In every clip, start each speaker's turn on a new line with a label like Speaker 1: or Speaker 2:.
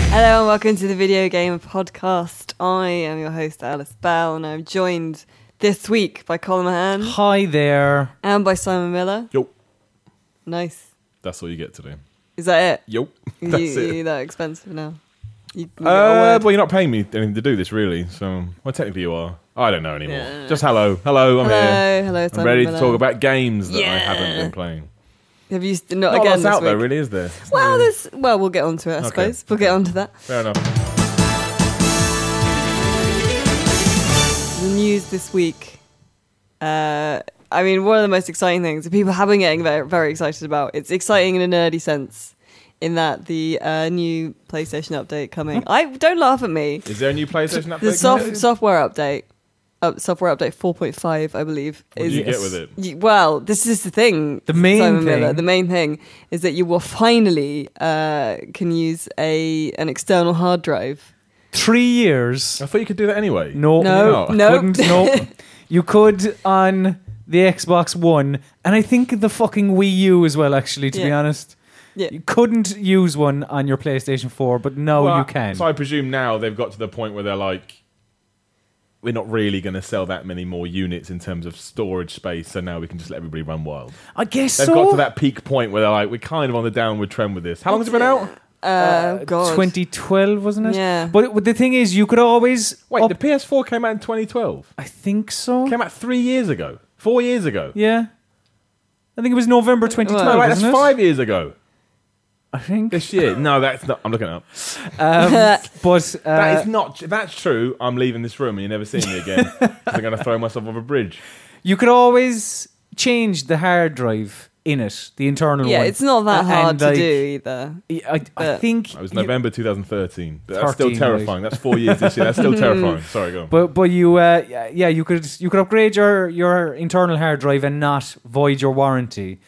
Speaker 1: welcome to the Video Game Podcast. I am your host, Alice Bell, and I'm joined this week by Colin Mahan
Speaker 2: Hi there.
Speaker 1: and by Simon Miller.
Speaker 3: Yo,
Speaker 1: Nice.
Speaker 3: that's all you get today. Uh,
Speaker 1: Is that
Speaker 3: Yo,
Speaker 1: it?
Speaker 3: that's
Speaker 1: you,
Speaker 3: it.
Speaker 1: you that expensive now? You can get a
Speaker 3: Uh,
Speaker 1: word.
Speaker 3: well, you're not paying me anything to do this, really. So, well, technically, you are. I don't know anymore.
Speaker 1: Yeah.
Speaker 3: Just hello, hello. I'm here.
Speaker 1: hello, hello, Simon
Speaker 3: I'm ready
Speaker 1: Miller.
Speaker 3: to talk about games that I haven't
Speaker 1: Yeah.
Speaker 3: been playing.
Speaker 1: Have you st- not,
Speaker 3: Not a
Speaker 1: again
Speaker 3: lot's
Speaker 1: this
Speaker 3: out
Speaker 1: week?
Speaker 3: there, really, is there?
Speaker 1: Well, there's well, we'll get onto it. I
Speaker 3: Okay.
Speaker 1: suppose we'll get onto that.
Speaker 3: Fair enough.
Speaker 1: The news this week. Uh, I mean, one of the most exciting things that people have been getting very, very excited about. It's exciting in a nerdy sense, in that the uh, new PlayStation update coming. I don't laugh at me.
Speaker 3: Is there a new PlayStation update?
Speaker 1: The soft,
Speaker 3: coming?
Speaker 1: software update, uh, software update four point five, I believe.
Speaker 3: What do
Speaker 1: is-
Speaker 3: you get with it?
Speaker 1: Y- Well, this is the thing.
Speaker 2: The main
Speaker 1: Simon
Speaker 2: thing.
Speaker 1: Miller, the main thing is that you will finally uh, can use a an external hard drive.
Speaker 2: Three years.
Speaker 3: I thought you could do that anyway.
Speaker 2: No,
Speaker 1: No,
Speaker 3: No.
Speaker 1: no.
Speaker 2: Couldn't, no. You could on the Xbox One, and I think the fucking Wii U as well. Actually, to be
Speaker 1: Yeah.
Speaker 2: honest,
Speaker 1: Yeah.
Speaker 2: you couldn't use one on your PlayStation Four, but now
Speaker 3: Well,
Speaker 2: you can.
Speaker 3: So I presume now they've got to the point where they're like, we're not really going to sell that many more units in terms of storage space, so now we can just let everybody run wild.
Speaker 2: I guess
Speaker 3: They've
Speaker 2: so.
Speaker 3: got to that peak point where they're like, we're kind of on the downward trend with this. How long has it been out?
Speaker 1: Uh, God,
Speaker 2: 2012 wasn't it?
Speaker 1: Yeah.
Speaker 2: But it- but the thing is, you could always.
Speaker 3: Wait,
Speaker 2: up-
Speaker 3: the PS4 came out in 2012.
Speaker 2: I think so.
Speaker 3: Came out three years ago, four years ago.
Speaker 2: Yeah. I think it was November 2012.
Speaker 3: No,
Speaker 1: Oh,
Speaker 3: wait, that's
Speaker 2: wasn't it?
Speaker 3: five years ago.
Speaker 2: I think.
Speaker 3: This year? No, that's not. I'm looking it up.
Speaker 2: Um, but uh,
Speaker 3: That is not. If that's true, I'm leaving this room and you're never seeing me again. 'Cause I'm going to throw myself off a bridge.
Speaker 2: You could always change the hard drive in it, the internal
Speaker 1: yeah,
Speaker 2: one.
Speaker 1: it's not that
Speaker 2: And,
Speaker 1: hard to
Speaker 2: like,
Speaker 1: do either.
Speaker 2: I, I
Speaker 1: but-
Speaker 2: think.
Speaker 3: That was
Speaker 2: you-
Speaker 3: November 2013. But that's
Speaker 2: 13,
Speaker 3: still terrifying. That's four years this year. That's still terrifying. Sorry, go on.
Speaker 2: but but you uh, yeah, yeah you could you could upgrade your your internal hard drive and not void your warranty,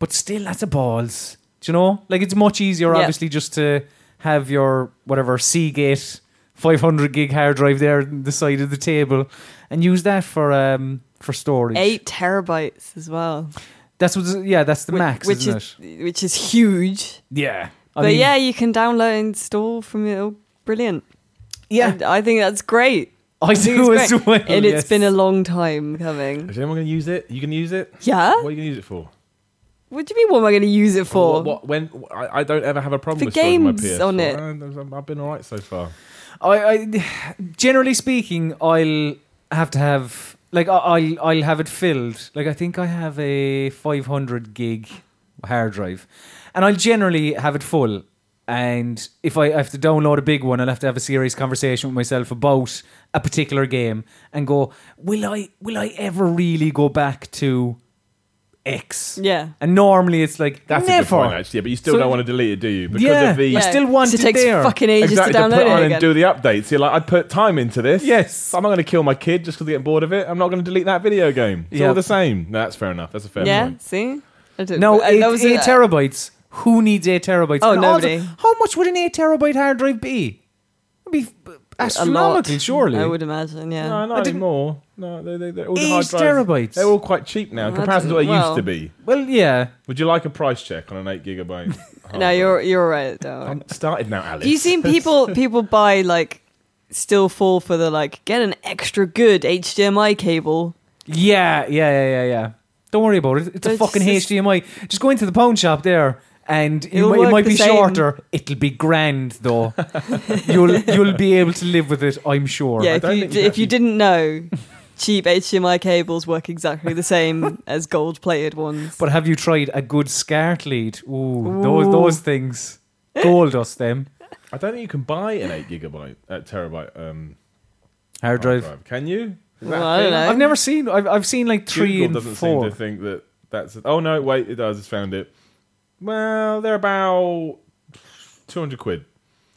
Speaker 2: but still that's a balls. Do you know? Like it's much easier,
Speaker 1: Yeah.
Speaker 2: obviously, just to have your whatever Seagate 500 gig hard drive there on the side of the table, and use that for um for storage.
Speaker 1: Eight terabytes as well.
Speaker 2: That's what. Yeah, that's the
Speaker 1: Whi-
Speaker 2: max,
Speaker 1: which
Speaker 2: isn't
Speaker 1: is which is huge.
Speaker 2: it? Yeah. I
Speaker 1: but
Speaker 2: mean,
Speaker 1: yeah, you can download and install from it. all. Brilliant.
Speaker 2: yeah.
Speaker 1: And I think that's great.
Speaker 2: I
Speaker 1: think
Speaker 2: do
Speaker 1: it's
Speaker 2: as well.
Speaker 1: and
Speaker 2: yes.
Speaker 1: it's been a long time coming.
Speaker 3: Is anyone going to use it? You going to use it?
Speaker 1: Yeah.
Speaker 3: What are you going to use it for?
Speaker 1: What do you mean? What am I going to use it for?
Speaker 3: What, what- when I, I don't ever have a problem
Speaker 1: For
Speaker 3: with storing my
Speaker 1: games
Speaker 3: PS4.
Speaker 1: on it.
Speaker 3: I, I've been all right so far.
Speaker 2: I, I generally speaking, I'll have to have like I- I'll I'll have it filled. Like I think I have a 500 gig hard drive, and I'll generally have it full. And if I have to download a big one, I'll have to have a serious conversation with myself about a particular game and go, will I will I ever really go back to X?
Speaker 1: Yeah.
Speaker 2: And normally it's like
Speaker 3: That's
Speaker 2: never.
Speaker 3: a good point, actually. Yeah, but you still
Speaker 2: So-
Speaker 3: don't want to delete it, do you? Because
Speaker 2: Yeah.
Speaker 3: of the
Speaker 1: Yeah,
Speaker 2: I still want
Speaker 1: 'cause
Speaker 2: it
Speaker 1: it takes
Speaker 2: there.
Speaker 1: fucking ages
Speaker 3: exactly
Speaker 1: to
Speaker 3: to,
Speaker 1: download
Speaker 3: put on
Speaker 1: it again.
Speaker 3: and do the updates. You're like, I put time into this.
Speaker 2: Yes.
Speaker 3: I'm not going to kill my kid just because they're getting bored of it. I'm not going to delete that video game. It's
Speaker 2: Yeah.
Speaker 3: all the same. No, that's fair enough. That's a fair
Speaker 1: yeah,
Speaker 3: point.
Speaker 1: see, I don't-
Speaker 2: Mm-hmm. No,
Speaker 1: I-
Speaker 2: eight,
Speaker 1: uh, that was
Speaker 2: eight
Speaker 1: a-
Speaker 2: terabytes. Who needs eight terabytes?
Speaker 1: Oh,
Speaker 2: And also,
Speaker 1: nobody.
Speaker 2: how much would an eight terabyte hard drive be? It'd be
Speaker 1: a lot.
Speaker 2: astronomical, surely.
Speaker 1: I would imagine. Yeah,
Speaker 3: No,
Speaker 2: I
Speaker 3: not
Speaker 2: didn't-
Speaker 3: anymore. No, they, they, they, all the
Speaker 2: Eight
Speaker 3: hard drives,
Speaker 2: terabytes.
Speaker 3: They're all quite cheap now in
Speaker 1: Well,
Speaker 3: comparison to what they
Speaker 1: that's-
Speaker 3: used to be.
Speaker 2: Well, yeah.
Speaker 3: Would you like a price check on an 8 gigabyte? hard
Speaker 1: no,
Speaker 3: drive?
Speaker 1: you're you're right. Darwin.
Speaker 3: I'm started now, Alice.
Speaker 1: Have you seen people people buy like still fall for the like get an extra good HDMI cable?
Speaker 2: Yeah, yeah, yeah, yeah, yeah. Don't worry about it. It's
Speaker 1: But
Speaker 2: a
Speaker 1: it's
Speaker 2: fucking
Speaker 1: just-
Speaker 2: HDMI. Just go into the pawn shop there. And it,
Speaker 1: It'll
Speaker 2: might- it
Speaker 1: work
Speaker 2: might
Speaker 1: the
Speaker 2: be
Speaker 1: same.
Speaker 2: shorter. It'll be grand, though. you'll you'll be able to live with it, I'm sure.
Speaker 1: yeah,
Speaker 3: I
Speaker 1: if
Speaker 3: don't
Speaker 1: you
Speaker 3: think
Speaker 1: d-
Speaker 3: you
Speaker 1: if you
Speaker 3: actually-
Speaker 1: didn't know, cheap HDMI cables work exactly the same as gold plated ones.
Speaker 2: But have you tried a good SCART lead? Ooh,
Speaker 1: Ooh.
Speaker 2: those those things. Gold dust them.
Speaker 3: I don't think you can buy an 8 gigabyte, uh, terabyte um,
Speaker 2: Hard
Speaker 3: hard
Speaker 2: drive.
Speaker 3: drive. Can you? Is
Speaker 1: Well,
Speaker 3: a
Speaker 1: I don't
Speaker 3: thing?
Speaker 1: know.
Speaker 2: I've never seen. I've, I've seen like three
Speaker 3: Google
Speaker 2: and
Speaker 3: doesn't
Speaker 2: four.
Speaker 3: seem to think that that's. oh no, wait, it does. It's found it. Well, they're about two hundred quid.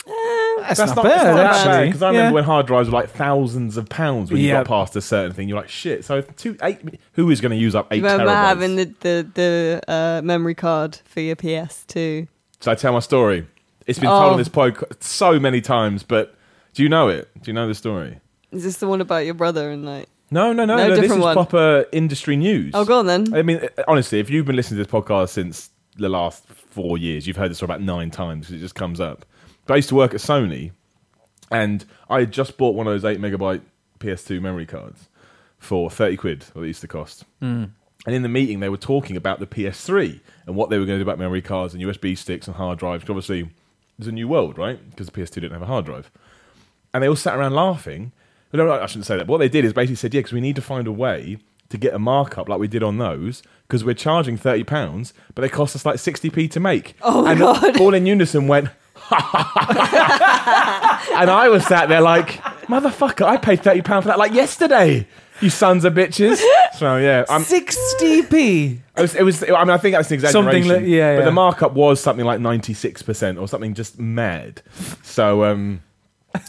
Speaker 2: that's, not, bad, actually.
Speaker 3: Because I remember when hard drives were like thousands of pounds when you
Speaker 2: Yeah.
Speaker 3: got past a certain thing. You're like, shit. So two eight. Who is going to use up eight
Speaker 1: Remember
Speaker 3: terabytes?
Speaker 1: having the the, the uh, memory card for your PS2?
Speaker 3: so I tell my story. It's been
Speaker 1: Oh.
Speaker 3: told on this podcast so many times, but do you know it? Do you know the story?
Speaker 1: Is this the one about your brother and like?
Speaker 3: No, no, no,
Speaker 1: No,
Speaker 3: no. this is
Speaker 1: different one.
Speaker 3: proper industry news.
Speaker 1: Oh, go on then.
Speaker 3: I mean, honestly, if you've been listening to this podcast since the last four years, you've heard this story about nine times 'cause it just comes up. But I used to work at Sony, And I had just bought one of those eight megabyte PS2 memory cards for thirty quid, what it used to cost. And in the meeting, they were talking about the PS3 and what they were going to do about memory cards and USB sticks and hard drives. 'Cause Obviously, there's a new world, right? Because the PS2 didn't have a hard drive and they all sat around laughing. No, no, I shouldn't say that. But what they did is basically said, yeah, because we need to find a way to get a markup like we did on those because we're charging thirty pounds, but they cost us like sixty p to make.
Speaker 1: Oh my
Speaker 3: and
Speaker 1: God.
Speaker 3: All in unison went. and I was sat there like, motherfucker, I paid thirty pounds for that like yesterday. You sons of bitches. So yeah, I'm,
Speaker 2: Sixty p.
Speaker 3: it was, it was. I mean, I think that's an exaggeration.
Speaker 2: Something li- yeah,
Speaker 3: But
Speaker 2: yeah.
Speaker 3: the markup was something like ninety six percent or something just mad. So, um,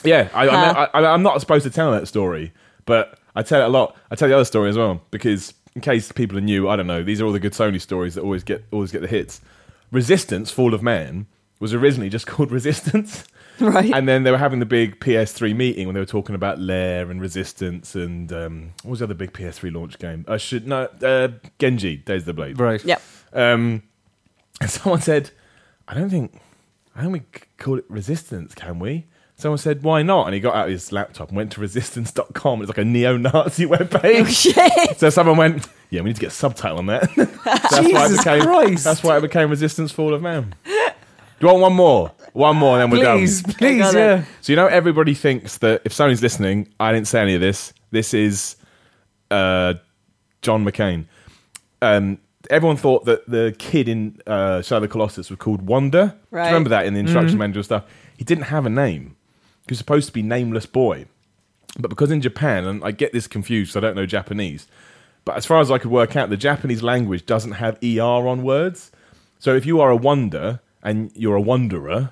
Speaker 3: yeah, I,
Speaker 1: Huh.
Speaker 3: I, I, I'm not supposed to tell that story, but I tell it a lot. I tell the other story as well because in case people are new, I don't know. These are all the good Sony stories that always get always get the hits. Resistance, Fall of Man, was originally just called Resistance.
Speaker 1: Right.
Speaker 3: And then they were having the big PS3 meeting when they were talking about Lair and Resistance and um, what was the other big PS3 launch game? I should no uh, Genji Days of the Blade.
Speaker 2: Right.
Speaker 1: Yep.
Speaker 3: Um, and someone said, "I don't think, I don't think we c- call it Resistance, can we?" Someone said, "Why not?" And he got out his laptop and went to resistance.com. It's like a neo-Nazi webpage.
Speaker 1: Oh, Shit.
Speaker 3: So someone went, "Yeah, we need to get a subtitle on that." So that's
Speaker 2: Jesus
Speaker 3: why it became,
Speaker 2: Christ.
Speaker 3: That's why it became Resistance Fall of Man. Do you want one more? One more, then we're
Speaker 2: Please,
Speaker 3: done.
Speaker 2: please,
Speaker 1: got it.
Speaker 2: yeah.
Speaker 3: So you know, everybody thinks that if Sony's listening, I didn't say any of this. This is uh, John McCain. Um, everyone thought that the kid in uh, Shadow of the Colossus was called Wonder. Do you
Speaker 1: Right.
Speaker 3: remember that in the instruction manual stuff? He didn't have a name. He was supposed to be Nameless Boy, but because in Japan, and I get this confused, 'cause I don't know Japanese. But as far as I could work out, the Japanese language doesn't have er on words. So if you are a wonder and you're a wanderer,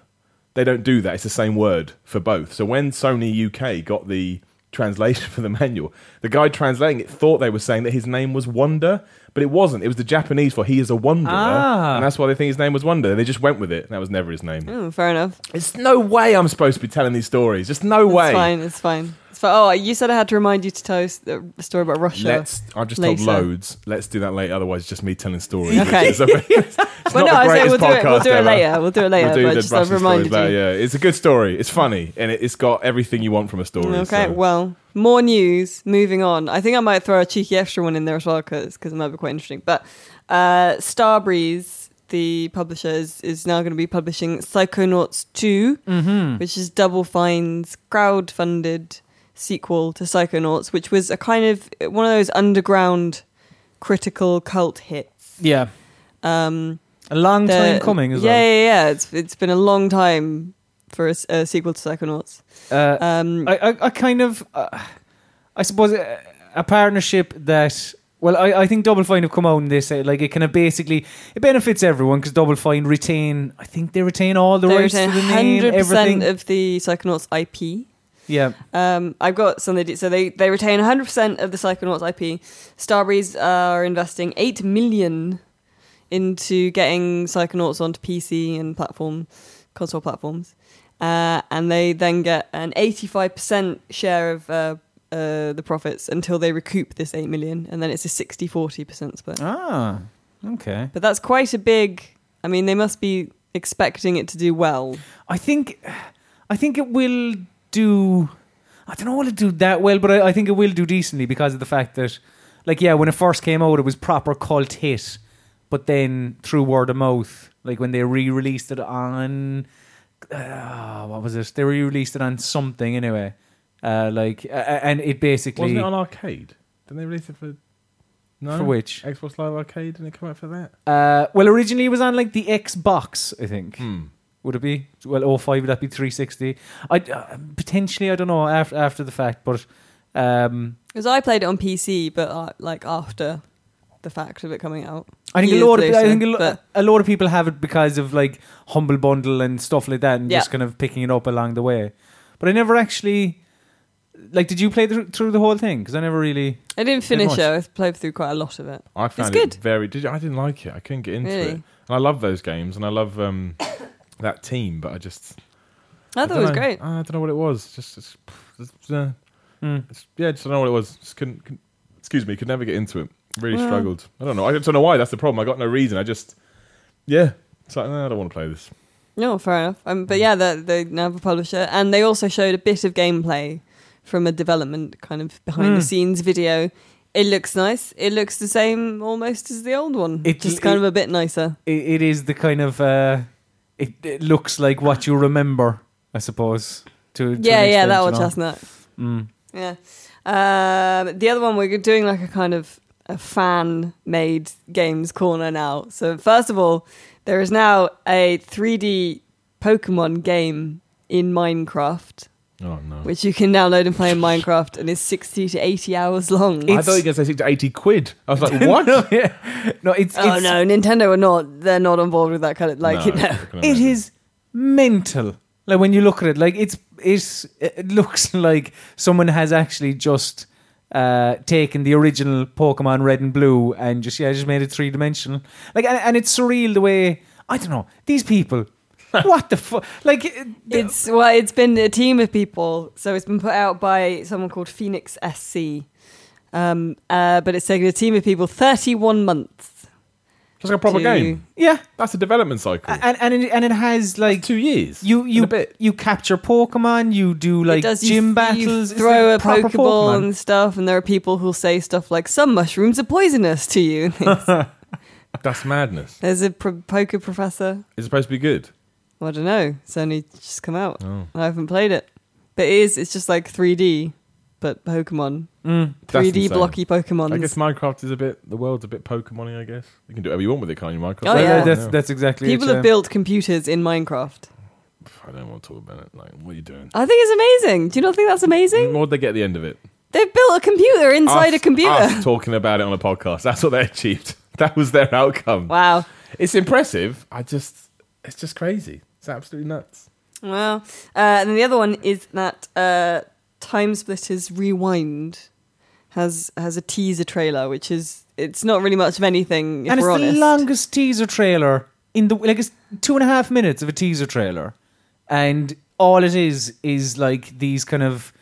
Speaker 3: they don't do that. It's the same word for both. So when Sony UK got the translation for the manual, the guy translating it thought they were saying that his name was Wonder, but it wasn't. It was the Japanese for he is a wanderer,
Speaker 2: Ah.
Speaker 3: and that's why they think his name was Wonder. They just went with it. and That was never his name.
Speaker 1: Oh, fair enough.
Speaker 3: It's no way I'm supposed to be telling these stories. Just no
Speaker 1: It's
Speaker 3: way.
Speaker 1: fine. It's fine. It's fine. Oh, you said I had to remind you to tell us the story about Russia.
Speaker 3: Let's. I've just
Speaker 1: Later.
Speaker 3: told loads. Let's do that later. Otherwise, it's just me telling stories.
Speaker 1: Okay.
Speaker 3: which is a- it's
Speaker 1: well, no,
Speaker 3: not the
Speaker 1: I say
Speaker 3: greatest
Speaker 1: we'll do it. We'll
Speaker 3: podcast
Speaker 1: do it
Speaker 3: ever.
Speaker 1: later. We'll do it later.
Speaker 3: We'll do
Speaker 1: but
Speaker 3: the
Speaker 1: just I've
Speaker 3: Russian stories
Speaker 1: reminded you.
Speaker 3: later, Yeah, it's a good story. It's funny, and it, it's got everything you want from a story.
Speaker 1: Okay,
Speaker 3: so.
Speaker 1: well, more news. Moving on. I think I might throw a cheeky extra one in there as well because it might be quite interesting. But uh, Starbreeze, the publisher, is, is now going to be publishing Psychonauts 2,
Speaker 3: Mm-hmm.
Speaker 1: which is Double Fine's crowdfunded sequel to Psychonauts, which was a kind of one of those underground critical cult hits.
Speaker 2: Yeah. Um, a long
Speaker 1: The-
Speaker 2: time coming as
Speaker 1: yeah,
Speaker 2: well.
Speaker 1: yeah, yeah. It's, it's been a long time for a, s- a sequel to Psychonauts.
Speaker 2: Uh,
Speaker 1: Um,
Speaker 2: I, I, I kind of, uh, I suppose, uh, a partnership that. Well, I, I think Double Fine have come out and they say like it kind of basically it benefits everyone because Double Fine retain I think they retain all the
Speaker 1: They
Speaker 2: rights to
Speaker 1: retain
Speaker 2: the name
Speaker 1: 100%
Speaker 2: everything
Speaker 1: of the Psychonauts IP.
Speaker 2: yeah
Speaker 1: Um, I've got some. They do, so they, they retain 100% of the Psychonauts IP. Starbreeze are investing 8 million into getting Psychonauts onto PC and platform console platforms. Uh, and they then get an 85% share of uh, uh, the profits until they recoup this 8 million. And then it's a 60 40% split.
Speaker 2: ah okay
Speaker 1: But that's quite a big. I mean, they must be expecting it to do well.
Speaker 2: I think I think it will do. I don't know will it do that well, but I, I think it will do decently because of the fact that, like, yeah, when it first came out, it was proper cult hit, but then through word of mouth, like when they re-released it on, uh, what was it? They re-released it on something anyway, uh, like, uh, and it basically
Speaker 3: Wasn't it on arcade? Didn't they release it for? No.
Speaker 2: for which.
Speaker 3: Xbox Live Arcade didn't it come out for that?
Speaker 2: Uh, well, originally it was on like the Xbox, I think.
Speaker 3: Hmm.
Speaker 2: Would it be well? 05, would that be 360? I uh, potentially I don't know after after the fact, but um,
Speaker 1: Because I played it on PC, but uh, like after the fact of it coming out.
Speaker 2: I think a
Speaker 1: Years
Speaker 2: lot of
Speaker 1: later,
Speaker 2: I think a, lo-
Speaker 1: but-
Speaker 2: a lot of people have it because of like humble bundle and stuff like that, and
Speaker 1: Yeah.
Speaker 2: just kind of picking it up along the way. But I never actually like. Did you play the, through the whole thing? Because I never really.
Speaker 1: I didn't finish
Speaker 2: watch.
Speaker 1: it. I played through quite a lot of it.
Speaker 3: I found
Speaker 1: good.
Speaker 3: it very. Did you, I didn't like it. I couldn't get into
Speaker 1: Really?
Speaker 3: it. And I love those games, and I love um, that team, but I just
Speaker 1: I thought it
Speaker 3: don't
Speaker 1: was
Speaker 3: know.
Speaker 1: great.
Speaker 3: I don't know what it was. Just, just, just, uh,
Speaker 1: Hmm.
Speaker 2: Mm.
Speaker 3: it's- yeah, just don't know what it was. Just couldn't, couldn't- excuse me, could never get into it. Really
Speaker 1: Well.
Speaker 3: struggled. I don't know. I don't know why. That's the problem. I got no reason. I just, yeah. It's like, no, I don't want to play this.
Speaker 1: No, fair enough. Um, but yeah, they, they now have a publisher, and they also showed a bit of gameplay from a development kind of behind the scenes video. It looks nice. It looks the same almost as the old one,
Speaker 2: It-
Speaker 1: just kind
Speaker 2: it-
Speaker 1: of a bit nicer.
Speaker 2: It, it is the kind of uh, it, it looks like what you remember, I suppose. To, to
Speaker 1: Yeah,
Speaker 2: an
Speaker 1: yeah,
Speaker 2: extent,
Speaker 1: that
Speaker 2: you
Speaker 1: old
Speaker 2: know.
Speaker 1: chestnut.
Speaker 2: Mm.
Speaker 1: Yeah. Um, the other one we're doing like a kind of a fan made games corner now. So first of all, there is now a 3D Pokemon game in Minecraft,
Speaker 3: Oh no!
Speaker 1: which you can download and play in Minecraft, and is 60 to 80 hours long.
Speaker 3: I thought you were going to say six to eighty quid. I was like, what?
Speaker 2: no, yeah. no, it's
Speaker 1: oh
Speaker 2: it's,
Speaker 1: no, Nintendo are not. They're not on board with that kind of like you know.
Speaker 2: it is mental. Like when you look at it, like it's it's it looks like someone has actually just uh taken the original Pokemon Red and Blue and just yeah just made it three dimensional. Like and, and it's surreal the way I don't know these people. what the fuck? Like it-
Speaker 1: It's well, it's been a team of people, so it's been put out by someone called Phoenix SC. Um, uh, but it's taken a team of people 31 months.
Speaker 3: That's like a proper
Speaker 1: to-
Speaker 3: game.
Speaker 2: yeah,
Speaker 3: That's a development cycle.
Speaker 2: and and it, and it has like
Speaker 3: Two years.
Speaker 2: You you
Speaker 3: a bit.
Speaker 2: you capture Pokemon. You do
Speaker 1: It
Speaker 2: like
Speaker 1: does- you-
Speaker 2: gym
Speaker 1: you
Speaker 2: battles. It's
Speaker 1: throw
Speaker 2: like
Speaker 1: a
Speaker 2: proper
Speaker 1: Pokeball and stuff, and there are people who'll say stuff like, Some mushrooms are poisonous to you.
Speaker 3: That's madness.
Speaker 1: There's a pro- poker professor.
Speaker 3: It's supposed to be good.
Speaker 1: Well, I don't know. It's only just come out.
Speaker 3: Oh.
Speaker 1: I haven't played it. But it is, it's just like 3D, but Pokemon.
Speaker 2: Mm.
Speaker 3: That's
Speaker 1: 3D
Speaker 3: insane.
Speaker 1: blocky Pokemon.
Speaker 3: I guess Minecraft is a bit. The world's a bit Pokemon-y, I guess you can do whatever you want with it, can't you, Minecraft?
Speaker 1: Oh,
Speaker 2: That-
Speaker 1: yeah.
Speaker 2: that- That's that's exactly.
Speaker 1: People
Speaker 2: it,
Speaker 1: have
Speaker 2: yeah.
Speaker 1: built computers in Minecraft.
Speaker 3: I don't want to talk about it. Like, what are you doing?
Speaker 1: I think it's amazing. Do you not think that's amazing?
Speaker 3: What'd they get at the end of it?
Speaker 1: They've built a computer inside
Speaker 3: Mm. Us-
Speaker 1: a computer.
Speaker 3: us talking about it on a podcast. That's what they achieved. That was their outcome.
Speaker 1: Wow.
Speaker 3: It's impressive. I just, it's just crazy. It's absolutely nuts.
Speaker 1: Well, uh, and then the other one is that uh, Time Splitters Rewind has has a teaser trailer, which is it's not really much of anything. If
Speaker 2: and it's
Speaker 1: we're honest.
Speaker 2: the longest teaser trailer in the like it's two and a half minutes of a teaser trailer, and all it is is like these kind of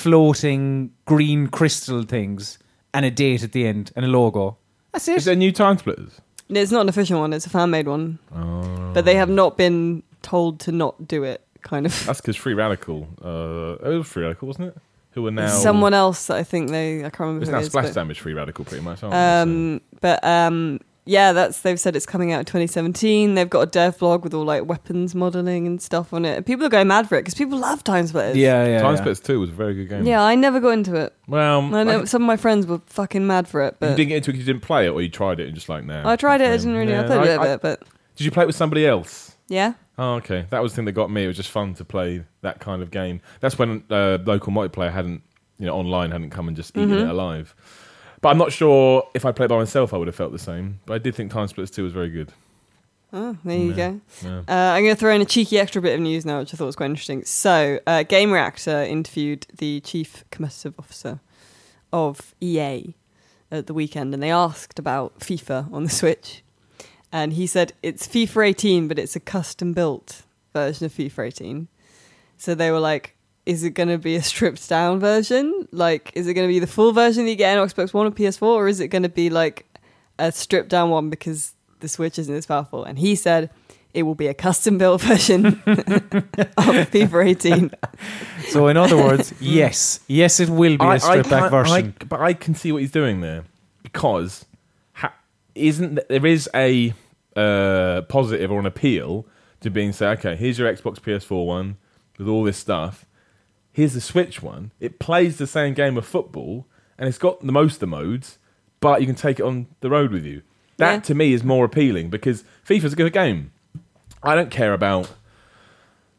Speaker 2: floating green crystal things and a date at the end and a logo. That's it.
Speaker 3: Is there new time splitters?
Speaker 1: No, It's not an official one; it's a fan made one.
Speaker 2: Uh,
Speaker 1: But they have not been told to not do it. Kind of.
Speaker 3: That's because Free Radical. Uh, it was Free Radical, wasn't it? Who are now
Speaker 1: Someone else, that I think they. I can't remember.
Speaker 3: It's
Speaker 1: who
Speaker 3: now
Speaker 1: it is,
Speaker 3: Splash
Speaker 1: but-
Speaker 3: Damage Free Radical, pretty much. Aren't they?
Speaker 1: Um, but um, yeah, that's they've said it's coming out in 2017. They've got a dev blog with all like weapons modeling and stuff on it. People are going mad for it because people love Time Splitters.
Speaker 2: yeah,
Speaker 3: So.
Speaker 2: yeah.
Speaker 3: Time
Speaker 2: yeah.
Speaker 3: Splitters Two was a very good game.
Speaker 1: yeah. I never got into it.
Speaker 3: Well,
Speaker 1: I know
Speaker 3: Mm, I-
Speaker 1: some of my friends were fucking mad for it,
Speaker 3: you
Speaker 1: but
Speaker 3: didn't get into it because you didn't play it, or you tried it and just like now.
Speaker 1: I tried it. I didn't really. I played a little
Speaker 3: I-
Speaker 1: bit, but
Speaker 3: Did you play it with somebody else?
Speaker 1: yeah.
Speaker 3: Oh, okay. That was the thing that got me. It was just fun to play that kind of game. That's when uh, local multiplayer hadn't, you know, online hadn't come and just eaten it alive. But I'm not sure if I played by myself, I would have felt the same. But I did think Time Splitters 2 was very good.
Speaker 1: Oh, there you
Speaker 3: Yeah.
Speaker 1: go.
Speaker 3: Yeah.
Speaker 1: Uh, I'm going to throw in a cheeky extra bit of news now, which I thought was quite interesting. So, uh, Game Reactor interviewed the chief commercial officer of EA at the weekend, and they asked about FIFA on the Switch, and he said it's FIFA 18, but it's a custom built version of FIFA 18. So they were like, "Is it going to be a stripped down version? Like, is it going to be the full version that you get on Xbox One or PS4, or is it going to be like a stripped down one because the Switch isn't as powerful?" And he said. It will be a custom built version of FIFA 18.
Speaker 2: So in other words, yes, yes, it will be a stripped back
Speaker 3: can't- I-
Speaker 2: version.
Speaker 3: but I can see what he's doing there because ha- isn't th- there is a uh, positive or an appeal to being say, okay, here's your Xbox PS4 one with all this stuff. Here's the Switch one. It plays the same game of football and it's got the most of the modes, but you can take it on the road with you. That
Speaker 1: Yeah.
Speaker 3: to me is more appealing because FIFA's a good game. I don't care about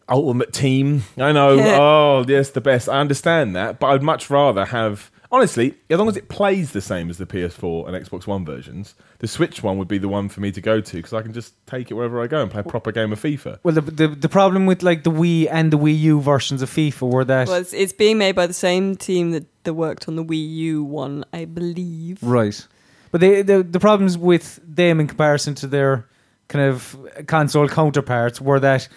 Speaker 3: ultimate team. I know. oh, yes, the best. I understand that, but I'd much rather have. Honestly, as long as it plays the same as the PS4 and Xbox One versions, the Switch one would be the one for me to go to because I can just take it wherever I go and play a proper game of FIFA.
Speaker 2: Well, the, the the problem with like the Wii and the Wii U versions of FIFA were that
Speaker 1: Well, it's, it's being made by the same team that, that worked on the Wii U one, I believe.
Speaker 2: right, but they, the the problems with them in comparison to their kind of console counterparts were that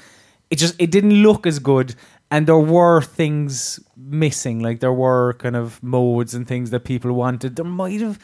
Speaker 2: it just it didn't look as good, and there were things missing. Like there were kind of modes and things that people wanted. There might have.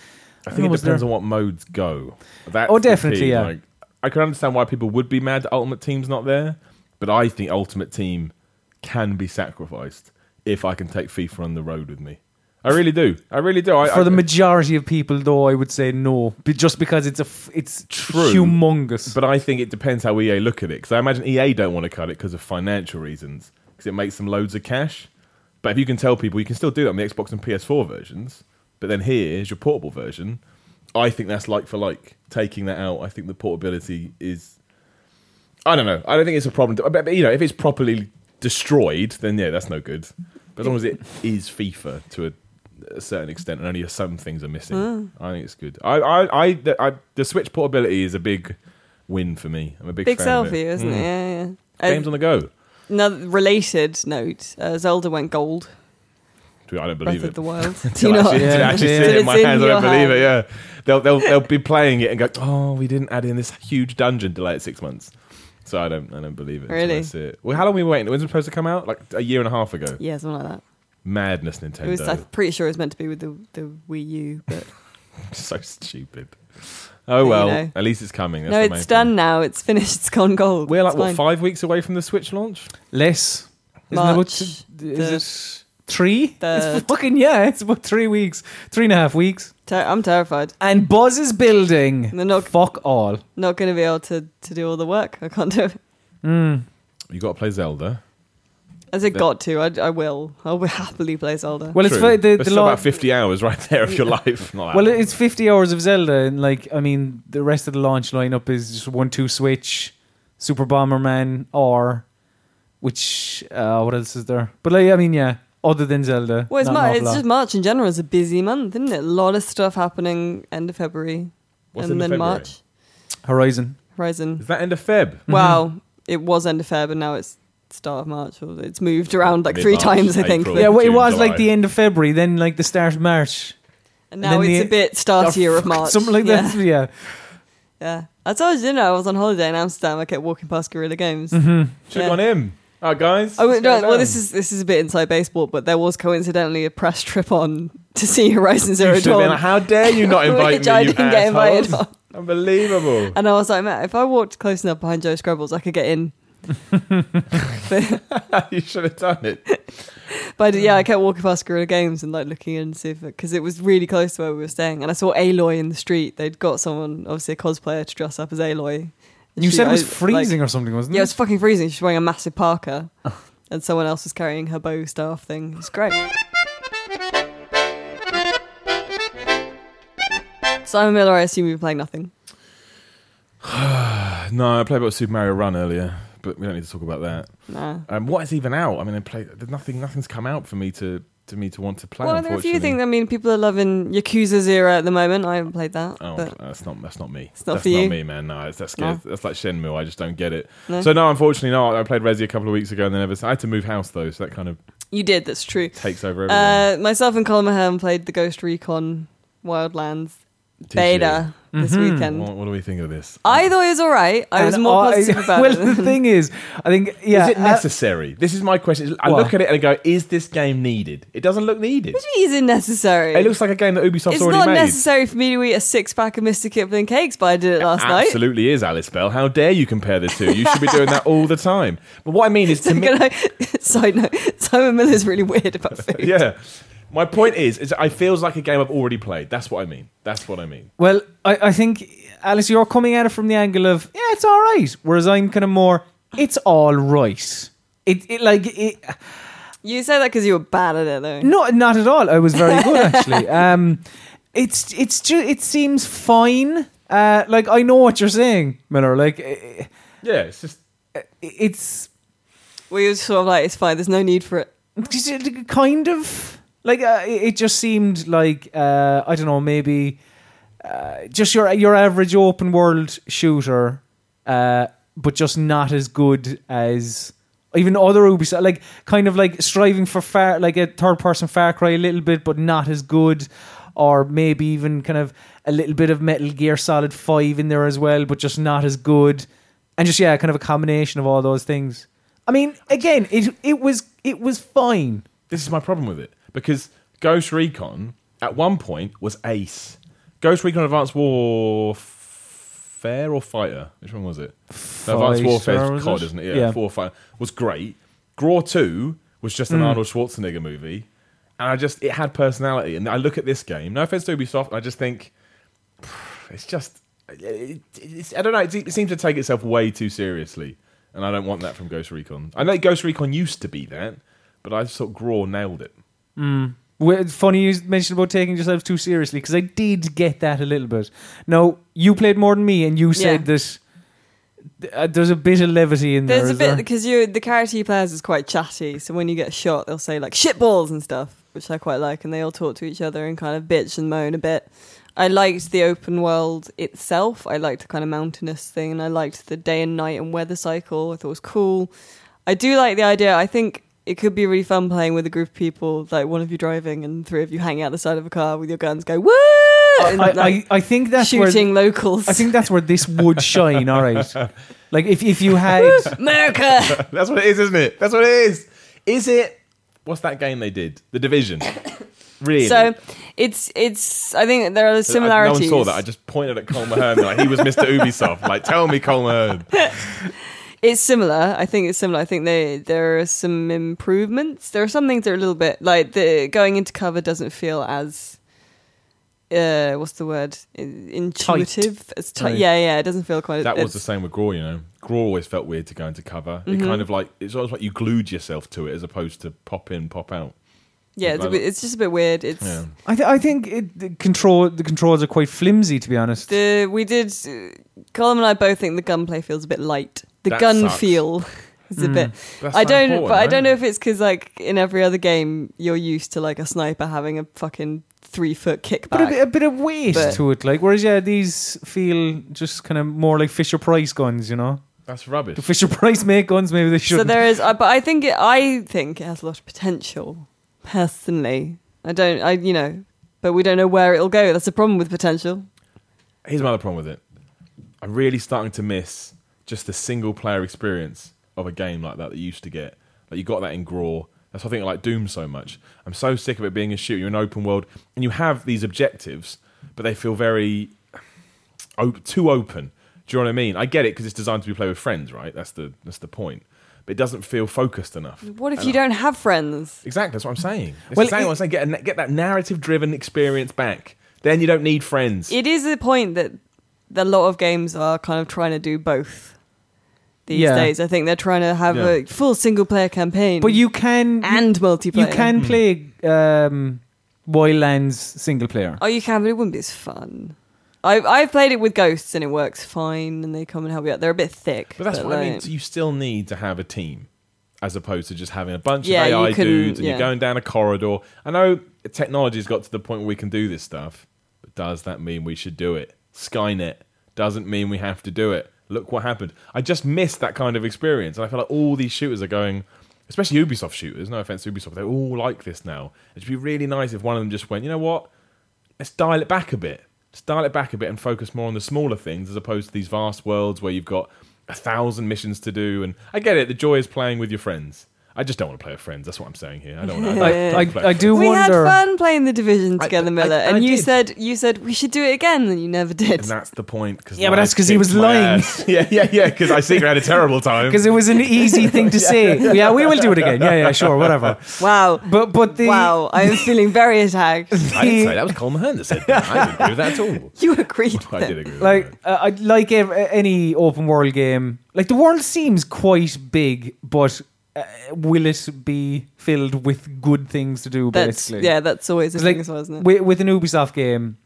Speaker 3: I think it depends on what modes go. That's
Speaker 2: Oh,
Speaker 3: the
Speaker 2: definitely,
Speaker 3: key,
Speaker 2: yeah.
Speaker 3: like, I can understand why people would be mad that Ultimate Team's not there, But I think Ultimate Team can be sacrificed if I can take FIFA on the road with me. I really do. I really do. I,
Speaker 2: For the
Speaker 3: I,
Speaker 2: majority of people, though, I would say no, be- just because it's a f- it's
Speaker 3: True.
Speaker 2: humongous.
Speaker 3: But I think it depends how EA look at it. Because I imagine EA don't want to cut it because of financial reasons, because it makes them loads of cash. But if you can tell people you can still do that on the Xbox and PS4 versions, but then here is your portable version. I think that's like for like taking that out. I think the portability is. I don't know. I don't think it's a problem. But, but, you know, if it's properly destroyed, then yeah, that's no good. But as long as it is FIFA to a, a certain extent, and only some things are missing,
Speaker 1: Mm.
Speaker 3: I think it's good. I, I, I, the, I, the Switch portability is a big win for me. I'm a big,
Speaker 1: Big
Speaker 3: fan of
Speaker 1: selfie,
Speaker 3: it. Hmm.
Speaker 1: isn't it? Yeah, yeah. Uh,
Speaker 3: Games on the go.
Speaker 1: Another related note: uh, Zelda went gold.
Speaker 3: Dude, I don't believe
Speaker 1: Breath
Speaker 3: it.
Speaker 1: of the Wild. Do
Speaker 3: Till
Speaker 1: you
Speaker 3: I
Speaker 1: not?
Speaker 3: actually, till I
Speaker 2: Yeah.
Speaker 3: actually
Speaker 2: Yeah.
Speaker 3: see it
Speaker 1: Till
Speaker 3: in my
Speaker 1: it's in
Speaker 3: hands. I don't
Speaker 1: your
Speaker 3: believe it.
Speaker 1: hand.
Speaker 3: Yeah, they'll they'll they'll be playing it and go, "Oh, we didn't add in this huge dungeon delay at six months." So I don't I don't believe it. until I
Speaker 1: Really?
Speaker 3: see it. Well, how long were we waiting? When's it supposed to come out? Like a year and a half ago.
Speaker 1: Yeah, something like that.
Speaker 3: Madness,
Speaker 1: It was. I'm
Speaker 3: Nintendo.
Speaker 1: pretty sure it was meant to be with the the Wii U, but
Speaker 3: so stupid. Oh
Speaker 1: you
Speaker 3: well,
Speaker 1: know.
Speaker 3: at least it's coming. That's
Speaker 1: no,
Speaker 3: the
Speaker 1: it's
Speaker 3: main thing.
Speaker 1: done now. It's finished. It's gone gold.
Speaker 3: We're like
Speaker 1: It's
Speaker 3: what
Speaker 1: fine.
Speaker 3: five weeks away from the Switch launch.
Speaker 2: Less. Isn't it
Speaker 1: March
Speaker 2: about-
Speaker 1: the
Speaker 2: is it three?
Speaker 1: third.
Speaker 2: It's fucking yeah. It's about three weeks, three and a half weeks.
Speaker 1: Ter- I'm terrified.
Speaker 2: And Buzz is building.
Speaker 1: They're not-
Speaker 2: Fuck all.
Speaker 1: Not going to be able to to do all the work. I can't do it.
Speaker 3: You got to play Zelda.
Speaker 1: As I
Speaker 3: That-
Speaker 1: got to, I, I will. I will happily play Zelda.
Speaker 2: Well, it's
Speaker 3: True.
Speaker 2: fi- the,
Speaker 3: That's
Speaker 2: the
Speaker 3: still
Speaker 2: law-
Speaker 3: about fifty hours right there of your life. Not that
Speaker 2: Well,
Speaker 3: long.
Speaker 2: it's 50 hours of Zelda, and like, I mean, the rest of the launch lineup is just 1 2 Switch, Super Bomberman, or which, uh, what else is there? But, like, I mean, yeah, other than Zelda.
Speaker 1: Well, it's,
Speaker 2: not an
Speaker 1: Mar-
Speaker 2: awful
Speaker 1: it's
Speaker 2: lot.
Speaker 1: just March in general is a busy month, isn't it? A lot of stuff happening end of February
Speaker 3: What's
Speaker 1: and
Speaker 3: in
Speaker 1: then
Speaker 3: February?
Speaker 1: March.
Speaker 2: Horizon.
Speaker 1: Horizon.
Speaker 3: Is that end of Feb?
Speaker 1: Wow, it was end of Feb, and now it's start of March. Or it's moved around like three
Speaker 3: Mid-March,
Speaker 1: times, I think.
Speaker 3: April.
Speaker 1: but-
Speaker 2: Yeah, well, it
Speaker 3: June,
Speaker 2: was
Speaker 3: July.
Speaker 2: like the end of February, then like the start of March.
Speaker 1: and
Speaker 2: and
Speaker 1: now
Speaker 2: then
Speaker 1: it's
Speaker 2: the-
Speaker 1: a bit startier of March.
Speaker 2: Something like
Speaker 1: Oh, yeah,
Speaker 2: that. Yeah.
Speaker 1: Yeah, I told you, you know, I was on holiday in Amsterdam. I kept walking past Guerrilla Games.
Speaker 3: Mm-hmm. Check
Speaker 1: Yeah.
Speaker 3: on him. All right, guys.
Speaker 1: Oh
Speaker 3: let's
Speaker 1: wait,
Speaker 3: go
Speaker 1: no, well,
Speaker 3: down.
Speaker 1: this is this is a bit inside baseball, but there was coincidentally a press trip on to see Horizon
Speaker 3: You
Speaker 1: Zero
Speaker 3: should have been
Speaker 1: Dawn,
Speaker 3: like, How dare you not invite
Speaker 1: which
Speaker 3: me?
Speaker 1: I
Speaker 3: you
Speaker 1: didn't get invited.
Speaker 3: assholes."
Speaker 1: On.
Speaker 3: Unbelievable.
Speaker 1: And I was like, Matt, if I walked close enough behind Joe Scrabbles, I could get in. but,
Speaker 3: you should have done it.
Speaker 1: but yeah,
Speaker 3: Mm.
Speaker 1: I kept walking past Guerrilla Games and like looking in and see if because it was really close to where we were staying, and I saw Aloy in the street. They'd got someone, obviously a cosplayer, to dress up as Aloy. And
Speaker 2: You
Speaker 1: she-
Speaker 2: said it was
Speaker 1: I- like-
Speaker 2: freezing or something, wasn't
Speaker 1: yeah, it
Speaker 2: it?
Speaker 3: Hmm.
Speaker 1: was fucking freezing. She's wearing a massive parka, and someone else was carrying her bow staff thing. It's great. Simon Miller, I assume you've been playing nothing.
Speaker 3: No, I played about Super Mario Run earlier, but we don't need to talk about that.
Speaker 1: Nah.
Speaker 3: Um, what is even out? I mean, I played there's nothing. Nothing's come out for me to to me to want to play.
Speaker 1: Well, there are a
Speaker 3: unfortunately.
Speaker 1: few things. I mean, people are loving Yakuza Zero at the moment. I haven't played that.
Speaker 3: Oh,
Speaker 1: but
Speaker 3: that's not that's not me.
Speaker 1: It's not
Speaker 3: that's
Speaker 1: for
Speaker 3: not
Speaker 1: you.
Speaker 3: me, man. No, it's, that
Speaker 1: No.
Speaker 3: scares, that's like Shenmue. I just don't get it.
Speaker 1: No.
Speaker 3: So no, unfortunately, no. I played Resi a couple of weeks ago, and then ever I had to move house though, so that kind of
Speaker 1: you did. That's true.
Speaker 3: takes over everything.
Speaker 1: Uh, myself and Colin Mahern played the Ghost Recon Wildlands
Speaker 3: Did
Speaker 1: beta this
Speaker 2: Mhm.
Speaker 3: you? Mm-hmm.
Speaker 1: weekend.
Speaker 3: What, what do we think of this?
Speaker 1: Um, I thought it was all right. I was
Speaker 2: And
Speaker 1: more positive about
Speaker 2: well,
Speaker 1: it.
Speaker 2: the thing is, I think, yeah.
Speaker 3: is it
Speaker 2: uh,
Speaker 3: necessary? this is my question. I
Speaker 2: What?
Speaker 3: look at it and I go, "Is this game needed?" It doesn't look needed.
Speaker 1: It's unnecessary.
Speaker 3: It looks like a game that Ubisoft's
Speaker 1: it's
Speaker 3: already
Speaker 1: not
Speaker 3: made.
Speaker 1: necessary for me to eat a six pack of Mr. Kipling cakes, but I did it last night.
Speaker 3: Absolutely is Alice Bell. How dare you compare the two? You should be doing that all the time. But what I mean is to me,
Speaker 1: Can I, side note, Simon Miller's really weird about food.
Speaker 3: yeah. My point is, is it feels like a game I've already played. That's what I mean. That's what I mean.
Speaker 2: Well, I, I think, Alice, you're coming at it from the angle of, yeah, it's all right. Whereas I'm kind of more, it's all right. It, it like it,
Speaker 1: You say that because you were bad at it, though.
Speaker 2: no, not at all. I was very good actually. Um, it's it's just it seems fine. Uh, like I know what you're saying, Miller. Like i-
Speaker 3: Yeah, it's just
Speaker 2: i- it's
Speaker 1: We were sort of like, it's fine, there's no need for it.
Speaker 2: just, uh, kind of like uh, it it just seemed like uh, I don't know maybe uh, just your your average open world shooter, uh, but just not as good as even other Ubisoft. Like kind of like striving for far like a third person Far Cry a little bit, but not as good. Or maybe even kind of a little bit of Metal Gear Solid Five in there as well, but just not as good. And just yeah, kind of a combination of all those things. I mean, again, it it was it was fine.
Speaker 3: This is my problem with it because Ghost Recon at one point was ace. Ghost Recon Advanced Warfare Warfare or Fighter? Which one was it? No,
Speaker 2: Five
Speaker 3: Advanced
Speaker 2: star,
Speaker 3: Warfare
Speaker 2: was
Speaker 3: COD,
Speaker 2: it?
Speaker 3: isn't it? Yeah,
Speaker 2: Yeah.
Speaker 3: four or five was great. Graw two was just
Speaker 2: Hmm.
Speaker 3: an Arnold Schwarzenegger movie, and I just it had personality. And I look at this game. No offense to Ubisoft, I just think it's just it, it's, I don't know. It, it seems to take itself way too seriously, and I don't want that from Ghost Recon. I know Ghost Recon used to be that, but I just thought Graw nailed it.
Speaker 2: Well, it's funny you mentioned about taking yourself too seriously because I did get that a little bit. Now you played more than me, and you said
Speaker 1: Yeah.
Speaker 2: that uh, there's a bit of levity in
Speaker 1: There's
Speaker 2: there,
Speaker 1: a
Speaker 2: is
Speaker 1: bit
Speaker 2: there?
Speaker 1: because you the character you play as is quite chatty, so when you get shot, they'll say like shit balls and stuff, which I quite like, and they all talk to each other and kind of bitch and moan a bit. I liked the open world itself. I liked the kind of mountainous thing, and I liked the day and night and weather cycle. I thought it was cool. I do like the idea. I think it could be really fun playing with a group of people, like one of you driving and three of you hanging out the side of a car with your guns, go woo, and
Speaker 2: I,
Speaker 1: like,
Speaker 2: I, I think that's
Speaker 1: shooting
Speaker 2: where
Speaker 1: locals.
Speaker 2: I think that's where this would shine. All right, like if if you had
Speaker 1: America.
Speaker 3: That's what it is, isn't it? That's what it is. Is it? What's that game they did? The Division. really? Uh,
Speaker 1: So it's it's. I think there are similarities.
Speaker 3: No one saw that. I just pointed at Cole Mahern like he was Mr. Ubisoft. Like, tell me, Cole Mahern.
Speaker 1: It's similar. I think it's similar. I think they there are some improvements. There are some things that are a little bit like the going into cover doesn't feel as. Uh, what's the word? In- Intuitive. It's tight.
Speaker 2: Right.
Speaker 1: Yeah, yeah. It doesn't feel quite.
Speaker 3: That was
Speaker 1: it's- Mm-hmm.
Speaker 3: the same with Graw. You know, Graw always felt weird to go into cover. It kind of like it's almost like you glued yourself to it as opposed to pop in, pop out.
Speaker 1: yeah, it's, a bit, it's just a bit weird. It's
Speaker 3: Yeah.
Speaker 2: I, th- I think it, the control the controls are quite flimsy to be honest.
Speaker 1: the we did. Uh, Colin and I both think the gunplay feels a bit light. The
Speaker 3: That
Speaker 1: gun
Speaker 3: sucks. Mm.
Speaker 1: feel is a bit.
Speaker 3: That's
Speaker 1: I
Speaker 3: so
Speaker 1: don't,
Speaker 3: important,
Speaker 1: but I
Speaker 3: right?
Speaker 1: don't know if it's because like in every other game you're used to like a sniper having a fucking three foot kickback.
Speaker 2: but a bit, a bit of weight
Speaker 1: But-
Speaker 2: to it, like whereas yeah, these feel just kind of more like Fisher Price guns, you know.
Speaker 3: That's rubbish.
Speaker 2: Do Fisher Price make guns? Maybe they
Speaker 1: so
Speaker 2: should.
Speaker 1: there is, uh, but I think it, I think it has a lot of potential. Personally, I don't. I you know, but we don't know where it'll go. That's a problem with potential.
Speaker 3: Here's my other problem with it. I'm really starting to miss just the single player experience of a game like that that you used to get. Like you got that in Graw. That's why I think I like Doom so much. I'm so sick of it being a shooter. You're an open world, and you have these objectives, but they feel very op- too open. Do you know what I mean? I get it because it's designed to be played with friends, right? That's the that's the point. But it doesn't feel focused enough.
Speaker 1: What if you don't have friends?
Speaker 3: Exactly, that's what I'm saying. That's
Speaker 2: Well,
Speaker 3: exactly
Speaker 2: it-
Speaker 3: what I'm saying. Get, a, na- get that narrative-driven experience back. Then you don't need friends.
Speaker 1: It is the point that a lot of games are kind of trying to do both these
Speaker 2: Yeah.
Speaker 1: days. I think they're trying to have
Speaker 3: Yeah.
Speaker 1: a full single player campaign,
Speaker 2: but you can
Speaker 1: and multiplayer.
Speaker 2: You can
Speaker 3: Hmm.
Speaker 2: play um, Wildlands single player.
Speaker 1: Oh, you can, but it wouldn't be as fun. I've I've played it with ghosts and it works fine, and they come and help you out. They're a bit thick,
Speaker 3: But that's what I mean.
Speaker 1: like-
Speaker 3: So you still need to have a team, as opposed to just having a bunch
Speaker 1: Yeah,
Speaker 3: of
Speaker 1: you
Speaker 3: AI
Speaker 1: can-
Speaker 3: dudes and
Speaker 1: yeah.
Speaker 3: you're going down a corridor. I know technology's got to the point where we can do this stuff, but does that mean we should do it? Skynet doesn't mean we have to do it. Look what happened. I just missed that kind of experience, and I feel like all these shooters are going. Especially Ubisoft shooters. No offense to Ubisoft, they're all like this now. It'd be really nice if one of them just went, you know what? let's dial it back a bit. Let's dial it back a bit and focus more on the smaller things as opposed to these vast worlds where you've got a thousand missions to do. And I get it, the joy is playing with your friends. I just don't want to play with friends. That's what I'm saying here. I don't want to.
Speaker 2: I,
Speaker 3: don't
Speaker 2: I,
Speaker 3: play
Speaker 2: I
Speaker 3: with
Speaker 2: do
Speaker 1: we had
Speaker 2: wonder.
Speaker 1: fun playing the division together,
Speaker 3: I-
Speaker 1: Miller,
Speaker 3: I
Speaker 1: and you
Speaker 3: did.
Speaker 1: said you said we should do it again, and you never did.
Speaker 3: friends. And that's the point. Cause
Speaker 2: Yeah, but that's
Speaker 3: life
Speaker 2: 'cause he
Speaker 3: kicked
Speaker 2: was
Speaker 3: my
Speaker 2: lying.
Speaker 3: ass. yeah, yeah, yeah. Because I secretly had a terrible time.
Speaker 2: Because it was an easy thing to say. Yeah, we will do it again. Yeah, yeah, sure, whatever.
Speaker 1: Wow,
Speaker 2: But but the
Speaker 1: wow, I am feeling very attacked.
Speaker 3: I didn't say that. was Cole Mahern that said that. I didn't agree with that at all.
Speaker 1: You agreed.
Speaker 3: I
Speaker 1: with
Speaker 3: did
Speaker 1: it.
Speaker 3: agree with
Speaker 2: like
Speaker 3: that.
Speaker 2: uh, I- like ev- any open world game, like the world seems quite big, but uh, will it be filled with good things to do?
Speaker 1: That's
Speaker 2: basically,
Speaker 1: yeah, that's always a
Speaker 2: It's
Speaker 1: thing
Speaker 2: like
Speaker 1: as well, isn't it?
Speaker 2: With, with an Ubisoft game,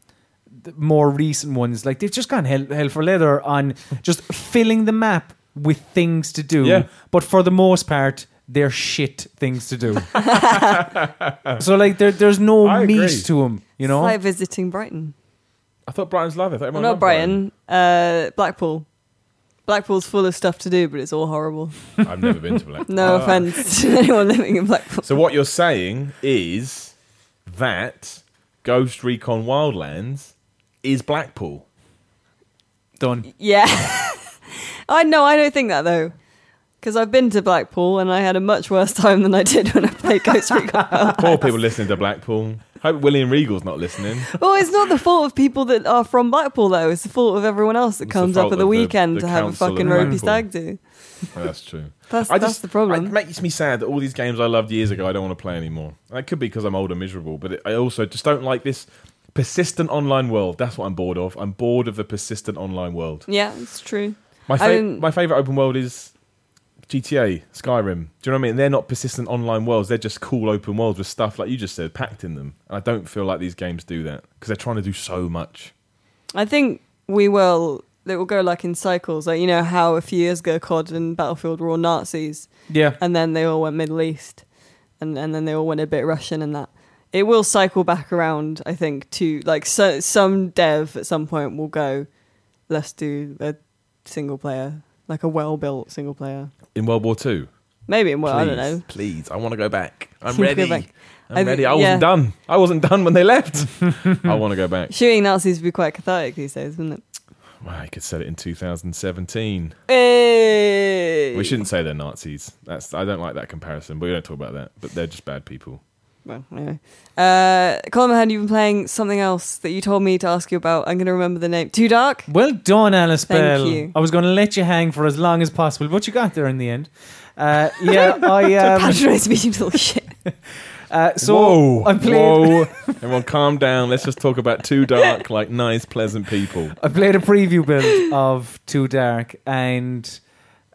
Speaker 2: the more recent ones, like they've just gone hell, hell for leather on just filling the map with things to do.
Speaker 3: Yeah.
Speaker 2: But for the most part, they're shit things to do. so like there, there's no
Speaker 3: I agree.
Speaker 2: meat to them, you know.
Speaker 1: It's like visiting Brighton.
Speaker 3: I thought Brighton's lovely. I thought everyone
Speaker 1: not
Speaker 3: loved
Speaker 1: Brighton, uh, Blackpool. Blackpool's full of stuff to do, but it's all horrible.
Speaker 3: I've never been to Blackpool.
Speaker 1: No
Speaker 3: Ah.
Speaker 1: offense to anyone living in Blackpool.
Speaker 3: So what you're saying is that Ghost Recon Wildlands is Blackpool.
Speaker 2: Done.
Speaker 1: Yeah, I know. I don't think that though, because I've been to Blackpool and I had a much worse time than I did when I played Ghost Recon.
Speaker 3: Poor people listening to Blackpool. Hope William Regal's not listening.
Speaker 1: Well, it's not the fault of people that are from Blackpool, though. It's the fault of everyone else that
Speaker 3: It's the
Speaker 1: comes up
Speaker 3: fault
Speaker 1: at the
Speaker 3: of the-
Speaker 1: weekend
Speaker 3: the
Speaker 1: to have a
Speaker 3: council of
Speaker 1: fucking ropey
Speaker 3: Blackpool.
Speaker 1: stag do.
Speaker 3: Oh, that's true.
Speaker 1: That's, that's the problem.
Speaker 3: It makes me sad that all these games I loved years ago I don't want to play anymore. And that could be because I'm old and miserable, but it, I also just don't like this persistent online world. That's what I'm bored of. I'm bored of the persistent online world.
Speaker 1: yeah, it's true.
Speaker 3: My
Speaker 1: I
Speaker 3: fa-
Speaker 1: didn't-
Speaker 3: my favorite open world is GTA, Skyrim. Do you know what I mean? They're not persistent online worlds. They're just cool open worlds with stuff like you just said packed in them. And I don't feel like these games do that because they're trying to do so much.
Speaker 1: I think we will. It will go like in cycles. Like you know how a few years ago COD and Battlefield were all Nazis,
Speaker 2: Yeah.
Speaker 1: and then they all went Middle East, and and then they all went a bit Russian and that. It will cycle back around. I think to like so, some dev at some point will go, let's do a single player, like a well built single player.
Speaker 3: In World War Two,
Speaker 1: Maybe well, I don't
Speaker 3: Please,
Speaker 1: know.
Speaker 3: Please, I want to go back. I'm
Speaker 1: You wanna go
Speaker 3: ready.
Speaker 1: back.
Speaker 3: I'm
Speaker 1: I thi-
Speaker 3: ready. I wasn't
Speaker 1: yeah.
Speaker 3: done. I wasn't done when they left. I want to go back.
Speaker 1: Shooting Nazis would be quite cathartic these days, wouldn't it?
Speaker 3: Wow, I could set it in 2017.
Speaker 1: Hey!
Speaker 3: We shouldn't say they're Nazis. That's I don't like that comparison. But we don't talk about that. But they're just bad people.
Speaker 1: Well, anyway. Uh, Colin Mahan, you've been playing something else that you told me to ask you about. I'm going to remember the name. Too Dark?
Speaker 2: Well done, Alice
Speaker 1: Thank
Speaker 2: Bell.
Speaker 1: you.
Speaker 2: I was going to let you hang for as long as possible, but you got there in the end. Uh, yeah, I. Um,
Speaker 1: Patronize me, you little shit.
Speaker 2: uh, so
Speaker 3: whoa,
Speaker 2: I played.
Speaker 3: whoa! Everyone, calm down. Let's just talk about two dark, like nice, pleasant people.
Speaker 2: I played a preview build of Too Dark, and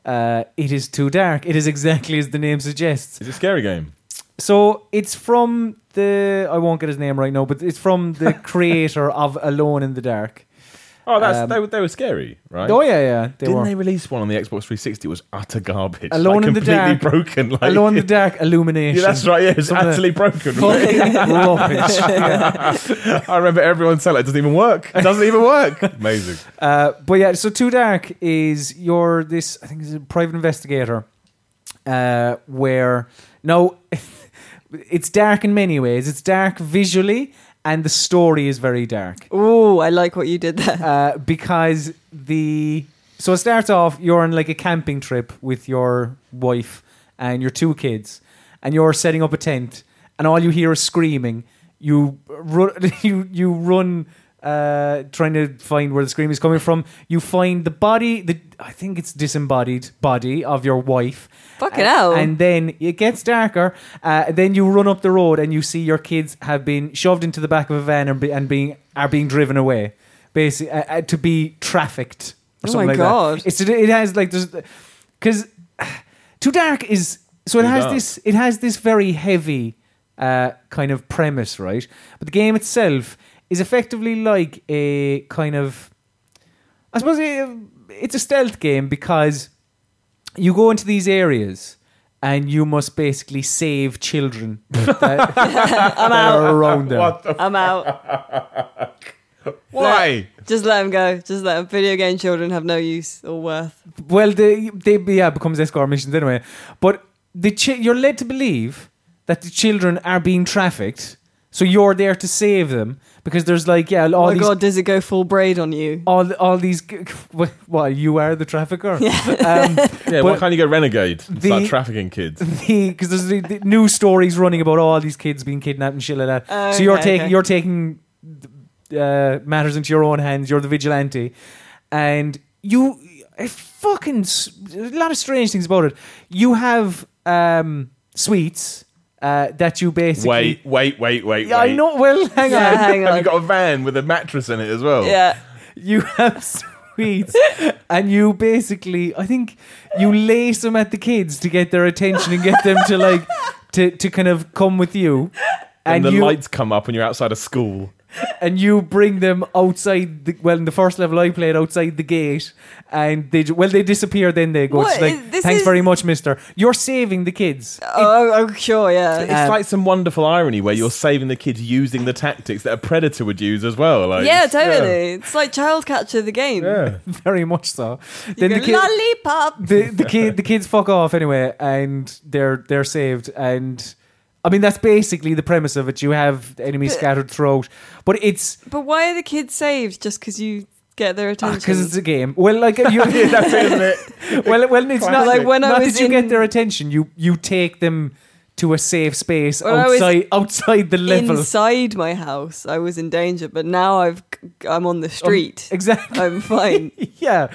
Speaker 2: uh, it is Too Dark. It is exactly as the name suggests.
Speaker 3: It's a scary game.
Speaker 2: So it's from the I won't get his name right now, but it's from the creator of Alone in the Dark.
Speaker 3: Oh, that's
Speaker 2: Um,
Speaker 3: they were they were scary, right?
Speaker 2: Oh yeah, yeah, they
Speaker 3: Didn't
Speaker 2: were.
Speaker 3: they release one on the Xbox 360? It was utter garbage.
Speaker 2: Alone
Speaker 3: like,
Speaker 2: in the
Speaker 3: completely
Speaker 2: Dark.
Speaker 3: broken. Like,
Speaker 2: Alone in the Dark Illumination.
Speaker 3: yeah, that's right. Yeah, it's
Speaker 2: Something-
Speaker 3: utterly broken. right?
Speaker 2: Fucking rubbish. Yeah.
Speaker 3: I remember everyone saying like, it doesn't even work. It doesn't even work. Amazing.
Speaker 2: Uh, but yeah, so Too Dark is you're this I think it's a private investigator uh, where no, it's dark in many ways. It's dark visually, and the story is very dark
Speaker 1: Ooh, I like what you did there.
Speaker 2: uh, because the so it starts off you're on like a camping trip with your wife and your two kids, and you're setting up a tent, and all you hear is screaming. You run, you you run, uh, trying to find where the scream is coming from. You find the body, the I think it's disembodied body of your wife.
Speaker 1: Fucking
Speaker 2: And-
Speaker 1: hell.
Speaker 2: And then it gets darker. Uh, then you run up the road and you see your kids have been shoved into the back of a van and, be, and being are being driven away, basically uh, uh, to be trafficked or
Speaker 1: Oh
Speaker 2: something
Speaker 1: my
Speaker 2: like
Speaker 1: God.
Speaker 2: that. It's it has like there's because Too Dark is so it
Speaker 3: Too
Speaker 2: has
Speaker 3: Dark.
Speaker 2: this it has this very heavy uh, kind of premise, right? But the game itself is effectively like a kind of I suppose it, it's a stealth game because you go into these areas and you must basically save children that, that are around them.
Speaker 1: I'm out.
Speaker 3: Why?
Speaker 1: Just let him go. Just let 'em. Video game children have no use or worth.
Speaker 2: Well, they, they yeah it becomes escort missions anyway. But the chi- you're led to believe that the children are being trafficked, so you're there to save them because there's like yeah all
Speaker 1: Oh my
Speaker 2: these
Speaker 1: god, does it go full braid on you?
Speaker 2: all all these g- what, what you are the trafficker. Um,
Speaker 3: Yeah, why
Speaker 2: But-
Speaker 3: can't you go renegade? and
Speaker 2: The-
Speaker 3: Start trafficking kids.
Speaker 2: because there's the, the new stories running about oh, all these kids being kidnapped and shit like that.
Speaker 1: Oh,
Speaker 2: so you're
Speaker 1: okay,
Speaker 2: taking
Speaker 1: okay.
Speaker 2: you're taking uh, matters into your own hands. You're the vigilante, and you it fucking s- a lot of strange things about it. You have um, sweets uh, that you basically
Speaker 3: Wait, wait, wait, wait,
Speaker 2: Yeah,
Speaker 3: wait.
Speaker 2: I know. Well, hang
Speaker 1: Yeah,
Speaker 2: on.
Speaker 1: hang
Speaker 3: Have
Speaker 1: on.
Speaker 3: you got a van with a mattress in it as well?
Speaker 1: Yeah.
Speaker 2: you have sweets and you basically i think you lace them at the kids to get their attention and get them to like to, to kind of come with you
Speaker 3: And,
Speaker 2: and,
Speaker 3: the
Speaker 2: you
Speaker 3: lights come up and you're outside of school.
Speaker 2: and you bring them outside the, well in the first level i played outside the gate and they ju- well they disappear then they go it's
Speaker 1: What
Speaker 2: like
Speaker 1: is- this
Speaker 2: thanks
Speaker 1: is-
Speaker 2: very much mister you're saving the kids
Speaker 1: Oh, oh, sure,
Speaker 3: It's
Speaker 1: yeah.
Speaker 2: Um,
Speaker 3: like some wonderful irony where you're saving the kids using the tactics that a predator would use as well. Like,
Speaker 1: Yeah, totally. It's like Child Catcher, the game.
Speaker 3: Yeah.
Speaker 2: very much so
Speaker 1: You go,
Speaker 2: kid-
Speaker 1: Lollipop.
Speaker 2: the the kid the kids fuck off anyway, and they're they're saved. And I mean that's basically the premise of it. You have enemies
Speaker 1: But-
Speaker 2: scattered throughout, but it's
Speaker 1: But why are the kids saved just because you get their attention?
Speaker 2: because Ah, it's a game. Well, like you,
Speaker 3: yeah. That's it, isn't it?
Speaker 2: well, well, it's not
Speaker 3: Classic.
Speaker 2: like
Speaker 1: Like, when I
Speaker 2: not
Speaker 1: was
Speaker 2: that you
Speaker 1: in-
Speaker 2: get their attention. You you take them to a safe space
Speaker 1: When I was
Speaker 2: outside outside the level.
Speaker 1: Inside my house, I was in danger, but now I've I'm on
Speaker 2: Um,
Speaker 1: the street.
Speaker 2: Exactly.
Speaker 1: I'm fine.
Speaker 2: yeah.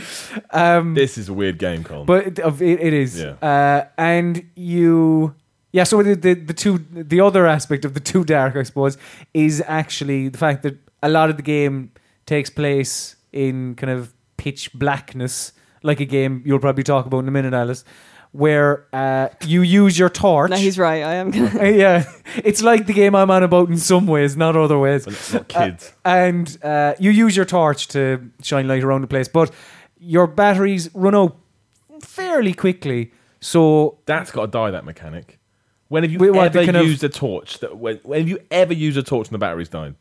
Speaker 2: Um,
Speaker 3: This is a weird game, Colin.
Speaker 2: but it, of- it, it is.
Speaker 3: Yeah.
Speaker 2: Uh, and you, yeah. So the, the the two the other aspect of the too dark, I suppose, is actually the fact that a lot of the game takes place in kind of pitch blackness, like a game you'll probably talk about in a minute, Alice, where uh, you use your torch.
Speaker 1: No, he's right. I am gonna.
Speaker 2: Uh, yeah, it's like the game I'm on about in some ways, not other ways.
Speaker 3: It's not kids.
Speaker 2: And uh, you use your torch to shine light around the place, but your batteries run out fairly quickly. So
Speaker 3: That's got to die. That mechanic. When have you
Speaker 2: Wait, what, the
Speaker 3: ever
Speaker 2: kind of-
Speaker 3: used a torch? That when, when have you ever used a torch and the battery's died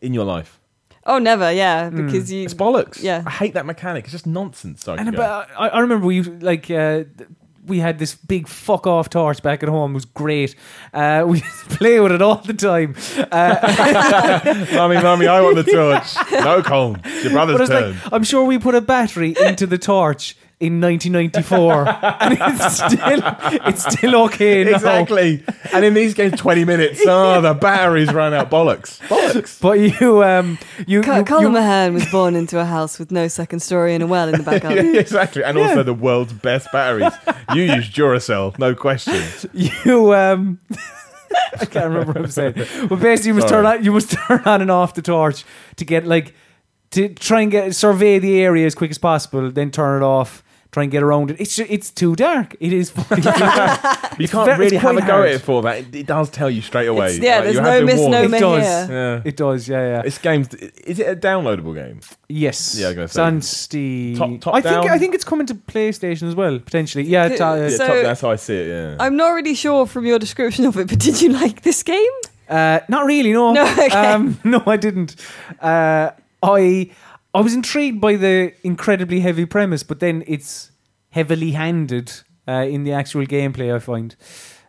Speaker 3: in your life?
Speaker 1: Oh, never. Yeah,
Speaker 2: Hmm.
Speaker 1: because you.
Speaker 3: It's bollocks.
Speaker 1: Yeah.
Speaker 3: I hate that mechanic. It's just nonsense. Sorry.
Speaker 2: and uh,
Speaker 3: to go.
Speaker 2: about, I, I remember we like uh, th- we had this big fuck off torch back at home. It was great. Uh, we used to play with it all the time. Uh,
Speaker 3: mummy, mummy, I want the torch. no, Colin, it's your
Speaker 2: but
Speaker 3: brother's
Speaker 2: it's
Speaker 3: turn.
Speaker 2: like I'm sure we put a battery into the torch. In 1994, and it's still it's still okay now.
Speaker 3: exactly. And in these games, twenty minutes. Oh, the batteries run out. Bollocks. Bollocks.
Speaker 2: But you, um, you,
Speaker 1: Ca-
Speaker 2: you-
Speaker 1: Colin
Speaker 2: you-
Speaker 1: Mahan was born into a house with no second story and a well in the back garden.
Speaker 3: Yeah, exactly. And also the world's best batteries. You use Duracell, no question.
Speaker 2: you, um, I can't remember what I'm saying. But basically, you must
Speaker 3: Sorry.
Speaker 2: turn on, you must turn on and off the torch to get like to try and get survey the area as quick as possible, then turn it off. Try and get around it. It's ju- it's too dark. It is. fucking too dark.
Speaker 3: You can't
Speaker 2: very-
Speaker 3: really
Speaker 2: it's
Speaker 3: have a
Speaker 2: quite
Speaker 3: go
Speaker 2: hard.
Speaker 3: at it for that. It, it does tell you straight away.
Speaker 1: It's- yeah,
Speaker 3: Like,
Speaker 1: there's
Speaker 3: you
Speaker 1: no
Speaker 3: have been warned.
Speaker 1: misnomer.
Speaker 2: It does.
Speaker 1: here.
Speaker 3: Yeah.
Speaker 2: It does. Yeah, yeah.
Speaker 3: This game's. Is it a downloadable game?
Speaker 2: yes.
Speaker 3: Yeah, I was gonna
Speaker 2: It's
Speaker 3: say.
Speaker 2: on Steam.
Speaker 3: Top- top
Speaker 2: I think
Speaker 3: down.
Speaker 2: I think it's coming to PlayStation as well potentially. Yeah.
Speaker 1: Could-
Speaker 2: it's, uh,
Speaker 3: Yeah,
Speaker 1: So-
Speaker 3: top, that's how I see it. Yeah.
Speaker 1: I'm not really sure from your description of it, but did you like this game?
Speaker 2: Uh, not really. No.
Speaker 1: No, okay.
Speaker 2: Um, no, I didn't. Uh, I I was intrigued by the incredibly heavy premise, but then it's heavily handed uh, in the actual gameplay. I find.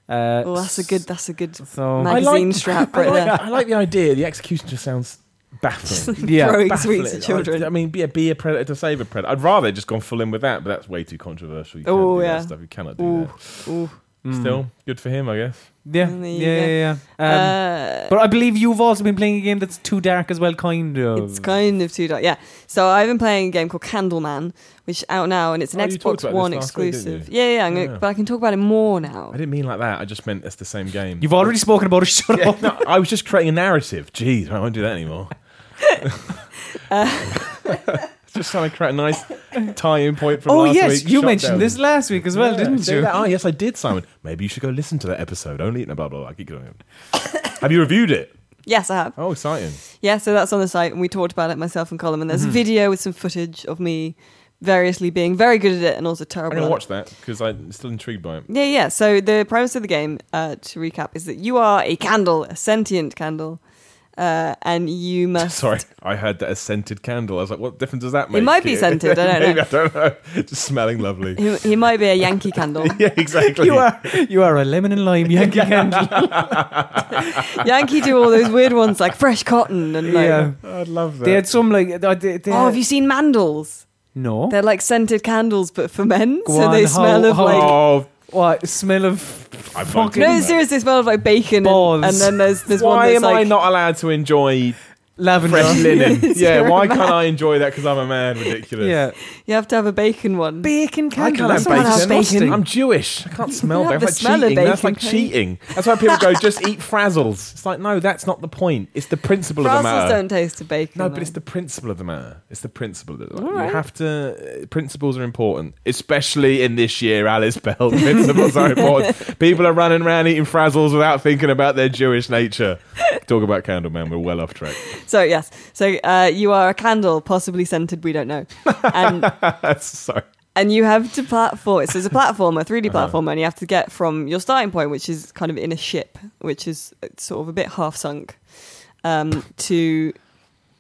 Speaker 2: Uh,
Speaker 1: Well, that's a good. That's a good
Speaker 2: So
Speaker 1: magazine strap right
Speaker 3: I Oh, like,
Speaker 1: there.
Speaker 3: I like the idea. The execution just sounds baffling.
Speaker 2: Yeah.
Speaker 1: throwing
Speaker 3: Baffling.
Speaker 1: sweets at children.
Speaker 3: I, I mean, be a, be a predator to save a predator. I'd rather just gone full in with that, but that's way too controversial. You can't
Speaker 1: Oh,
Speaker 3: do
Speaker 1: yeah.
Speaker 3: that stuff. You cannot do
Speaker 1: Ooh,
Speaker 3: that.
Speaker 1: ooh.
Speaker 2: Mm.
Speaker 3: Still, good for him, I guess.
Speaker 2: Yeah.
Speaker 1: And
Speaker 2: Yeah.
Speaker 1: Mm, there you
Speaker 2: Yeah.
Speaker 1: go.
Speaker 2: yeah, Um,
Speaker 1: Uh,
Speaker 2: but I believe you've also been playing a game that's too dark as well, kind
Speaker 3: oh.
Speaker 2: of.
Speaker 1: it's kind of too dark. Yeah. So I've been playing a game called Candleman, which is out now, and it's an
Speaker 3: Oh, you talked
Speaker 1: Xbox
Speaker 3: about
Speaker 1: One
Speaker 3: this last week, didn't
Speaker 1: exclusive.
Speaker 3: you?
Speaker 1: Yeah, yeah. I'm gonna,
Speaker 3: Yeah.
Speaker 1: But I can talk about it more now.
Speaker 3: I didn't mean like that. I just meant it's the same game.
Speaker 2: You've already spoken about it. Shut
Speaker 3: Yeah,
Speaker 2: up.
Speaker 3: Oh, no, I was just creating a narrative. Jeez, I won't do that anymore. just trying to create a nice tie-in point from
Speaker 2: Oh
Speaker 3: last
Speaker 2: yes,
Speaker 3: week.
Speaker 2: you
Speaker 3: Shut
Speaker 2: mentioned
Speaker 3: down.
Speaker 2: this last week as well,
Speaker 3: Yeah,
Speaker 2: didn't
Speaker 3: say
Speaker 2: you?
Speaker 3: that. Oh yes, I did, Simon. Maybe you should go listen to that episode. Only no, blah blah blah. I keep going. Have you reviewed it?
Speaker 1: Yes, I have.
Speaker 3: Oh, exciting!
Speaker 1: Yeah, so that's on the site, and we talked about it myself and Colin. And there's a
Speaker 3: Mm-hmm.
Speaker 1: video with some footage of me variously being very good at it and also
Speaker 3: I'm
Speaker 1: terrible.
Speaker 3: gonna
Speaker 1: at it.
Speaker 3: watch that because I'm still intrigued by it.
Speaker 1: Yeah, yeah. So the premise of the game, uh, to recap, is that you are a candle, a sentient candle, uh, and you must.
Speaker 3: Sorry, I heard that a scented candle. I was like, what difference does that make?
Speaker 1: might be scented, I don't know.
Speaker 3: Maybe, I don't know. Just smelling lovely.
Speaker 1: He, he might be a Yankee candle.
Speaker 3: yeah, exactly.
Speaker 2: You are you are a lemon and lime Yankee candle.
Speaker 1: Yankee do all those weird ones like fresh cotton and like.
Speaker 2: yeah.
Speaker 3: I'd love that.
Speaker 2: They had some like. uh, They, they
Speaker 1: Oh,
Speaker 2: had-
Speaker 1: have you seen mandals?
Speaker 2: No.
Speaker 1: They're like scented candles, but for men,
Speaker 2: Go
Speaker 1: so
Speaker 2: on,
Speaker 1: they
Speaker 2: how-
Speaker 1: smell of
Speaker 2: how-
Speaker 1: like.
Speaker 3: oh,
Speaker 2: What smell of?
Speaker 3: I'm
Speaker 2: Fucking-
Speaker 1: No,
Speaker 2: goodness.
Speaker 1: seriously, they smell of like bacon. and-
Speaker 2: Balls.
Speaker 1: And, then there's there's
Speaker 3: Why
Speaker 1: one that's
Speaker 3: am
Speaker 1: like.
Speaker 3: I not allowed to enjoy
Speaker 2: Lavender.
Speaker 3: fresh linen?
Speaker 1: You're
Speaker 3: yeah,
Speaker 1: a
Speaker 3: why
Speaker 1: man.
Speaker 3: can't I enjoy that because I'm a man? Ridiculous.
Speaker 2: Yeah.
Speaker 1: You have to have a bacon one.
Speaker 2: Bacon
Speaker 3: I
Speaker 2: candle.
Speaker 3: can't have
Speaker 2: That's
Speaker 1: not
Speaker 3: bacon.
Speaker 1: how it's
Speaker 2: disgusting.
Speaker 3: I'm Jewish. I can't smell
Speaker 1: have
Speaker 3: that.
Speaker 1: the
Speaker 3: That's
Speaker 1: smell
Speaker 3: like
Speaker 1: of
Speaker 3: cheating. That's
Speaker 1: bacon,
Speaker 3: like
Speaker 1: can you?
Speaker 3: cheating. That's why people go, just eat frazzles. It's like, no, that's not the point. It's the principle of the
Speaker 1: Brussels
Speaker 3: matter.
Speaker 1: don't taste of bacon.
Speaker 3: No, but it's
Speaker 1: though.
Speaker 3: the principle of the matter. It's the principle. That,
Speaker 1: All
Speaker 3: you
Speaker 1: right.
Speaker 3: have to. uh, principles are important, especially in this year, Alice Bell. Principles are important. People are running around eating frazzles without thinking about their Jewish nature. Talk about Candleman. We're well off track.
Speaker 1: So yes, so uh, you are a candle, possibly scented. We don't know, and
Speaker 3: That's so.
Speaker 1: and you have to platform. So it's a platform, a three D platform, and you have to get from your starting point, which is kind of in a ship, which is uh, sort of a bit half sunk, um, to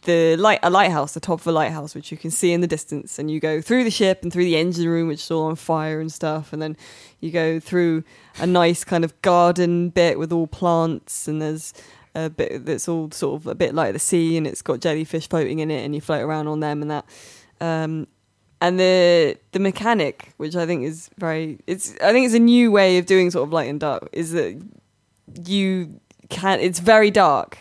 Speaker 1: the light a lighthouse, the top of a lighthouse, which you can see in the distance, and you go through the ship and through the engine room, which is all on fire and stuff, and then you go through a nice kind of garden bit with all plants, and there's a bit that's all sort of a bit like the sea, and it's got jellyfish floating in it, and you float around on them and that. Um, and the the mechanic, which I think is very, it's I think it's a new way of doing sort of light and dark, is that you can it's very dark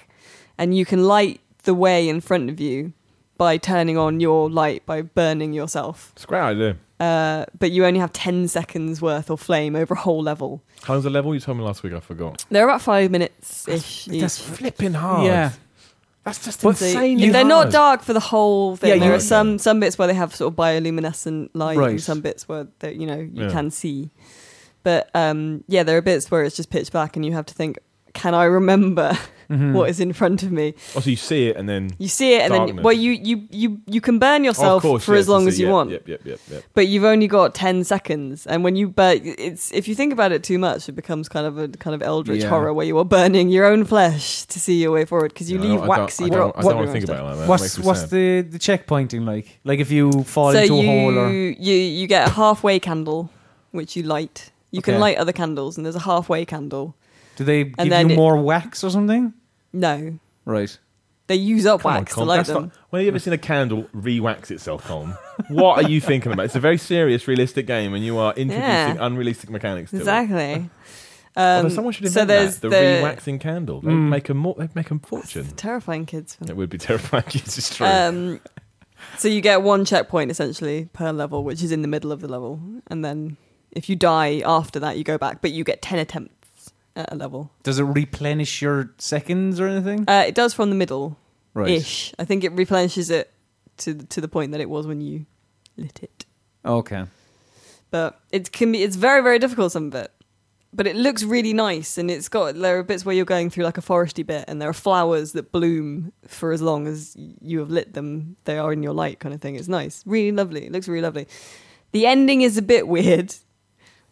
Speaker 1: and you can light the way in front of you by turning on your light by burning yourself.
Speaker 3: It's a great idea.
Speaker 1: Uh, but you only have 10 seconds worth of flame over a whole level.
Speaker 3: How long's the level? You told me last week. I forgot.
Speaker 1: They're about 5 minutes ish.
Speaker 3: That's flipping hard.
Speaker 2: Yeah.
Speaker 3: That's just
Speaker 2: But
Speaker 3: insane.
Speaker 2: you-
Speaker 1: they're not
Speaker 3: hard.
Speaker 1: dark for the whole thing.
Speaker 2: Yeah,
Speaker 1: there
Speaker 3: you-
Speaker 1: are some some bits where they have sort of bioluminescent light,
Speaker 2: Right.
Speaker 1: and some bits where they, you know you
Speaker 3: Yeah.
Speaker 1: can see. But um, yeah, there are bits where it's just pitch black, and you have to think, can I remember
Speaker 3: Hmm.
Speaker 2: Mm-hmm.
Speaker 1: what is in front of me?
Speaker 3: Oh, so you see it and then.
Speaker 1: You see it, and then
Speaker 3: Darkness.
Speaker 1: well, you you you you can burn
Speaker 3: Oh,
Speaker 1: yourself
Speaker 3: of course,
Speaker 1: for
Speaker 3: yeah,
Speaker 1: as long
Speaker 3: to
Speaker 1: as
Speaker 3: see.
Speaker 1: you
Speaker 3: Yep,
Speaker 1: want,
Speaker 3: Yep, yep, yep, yep.
Speaker 1: but you've only got ten seconds. And when you burn, it's if you think about it too much, it becomes kind of a kind of eldritch
Speaker 2: Yeah.
Speaker 1: horror where you are burning your own flesh to see your way forward because you
Speaker 3: Yeah, I
Speaker 1: leave
Speaker 3: don't- I don't-
Speaker 1: waxy
Speaker 3: I don't,
Speaker 1: drops.
Speaker 3: I don't want to
Speaker 1: everywhere
Speaker 3: think
Speaker 1: and stuff.
Speaker 3: about it like that. It
Speaker 2: What's
Speaker 3: makes me
Speaker 2: what's
Speaker 3: sad.
Speaker 2: the the checkpointing like? Like if you fall into a
Speaker 1: you,
Speaker 2: hole or
Speaker 1: you you get a halfway candle, which you light. You
Speaker 2: Okay.
Speaker 1: can light other candles, and there's a halfway candle.
Speaker 2: do they give
Speaker 1: then
Speaker 2: you
Speaker 1: it-
Speaker 2: more wax or something?
Speaker 1: No,
Speaker 2: Right.
Speaker 1: they use up
Speaker 3: Come on,
Speaker 1: wax
Speaker 3: Colm,
Speaker 1: to light
Speaker 3: that's
Speaker 1: them.
Speaker 3: not- when have you ever seen a candle re-wax itself, Colm? what are you thinking about? It's a very serious, realistic game, and you are introducing
Speaker 1: Yeah.
Speaker 3: unrealistic mechanics. To it.
Speaker 1: exactly.
Speaker 3: Although
Speaker 1: Um,
Speaker 3: someone should
Speaker 1: so
Speaker 3: invent
Speaker 1: there's
Speaker 3: that. The,
Speaker 1: the-
Speaker 3: re-waxing candle. They'd
Speaker 2: Mm.
Speaker 3: make a more. They'd make a fortune.
Speaker 1: terrifying kids.
Speaker 3: It would be terrifying. It's just true.
Speaker 1: Um, so you get one checkpoint essentially per level, which is in the middle of the level, and then if you die after that, you go back, but you get ten attempts at a level.
Speaker 2: Does it replenish your seconds or anything?
Speaker 1: Uh, it does from the middle ish. I think it replenishes it to to the point that it was when you lit it.
Speaker 2: Okay.
Speaker 1: but it can be it's very very difficult some of it but it looks really nice and it's got there are bits where you're going through like a foresty bit and there are flowers that bloom for as long as you have lit them they are in your light kind of thing it's nice really lovely it looks really lovely the ending is a bit weird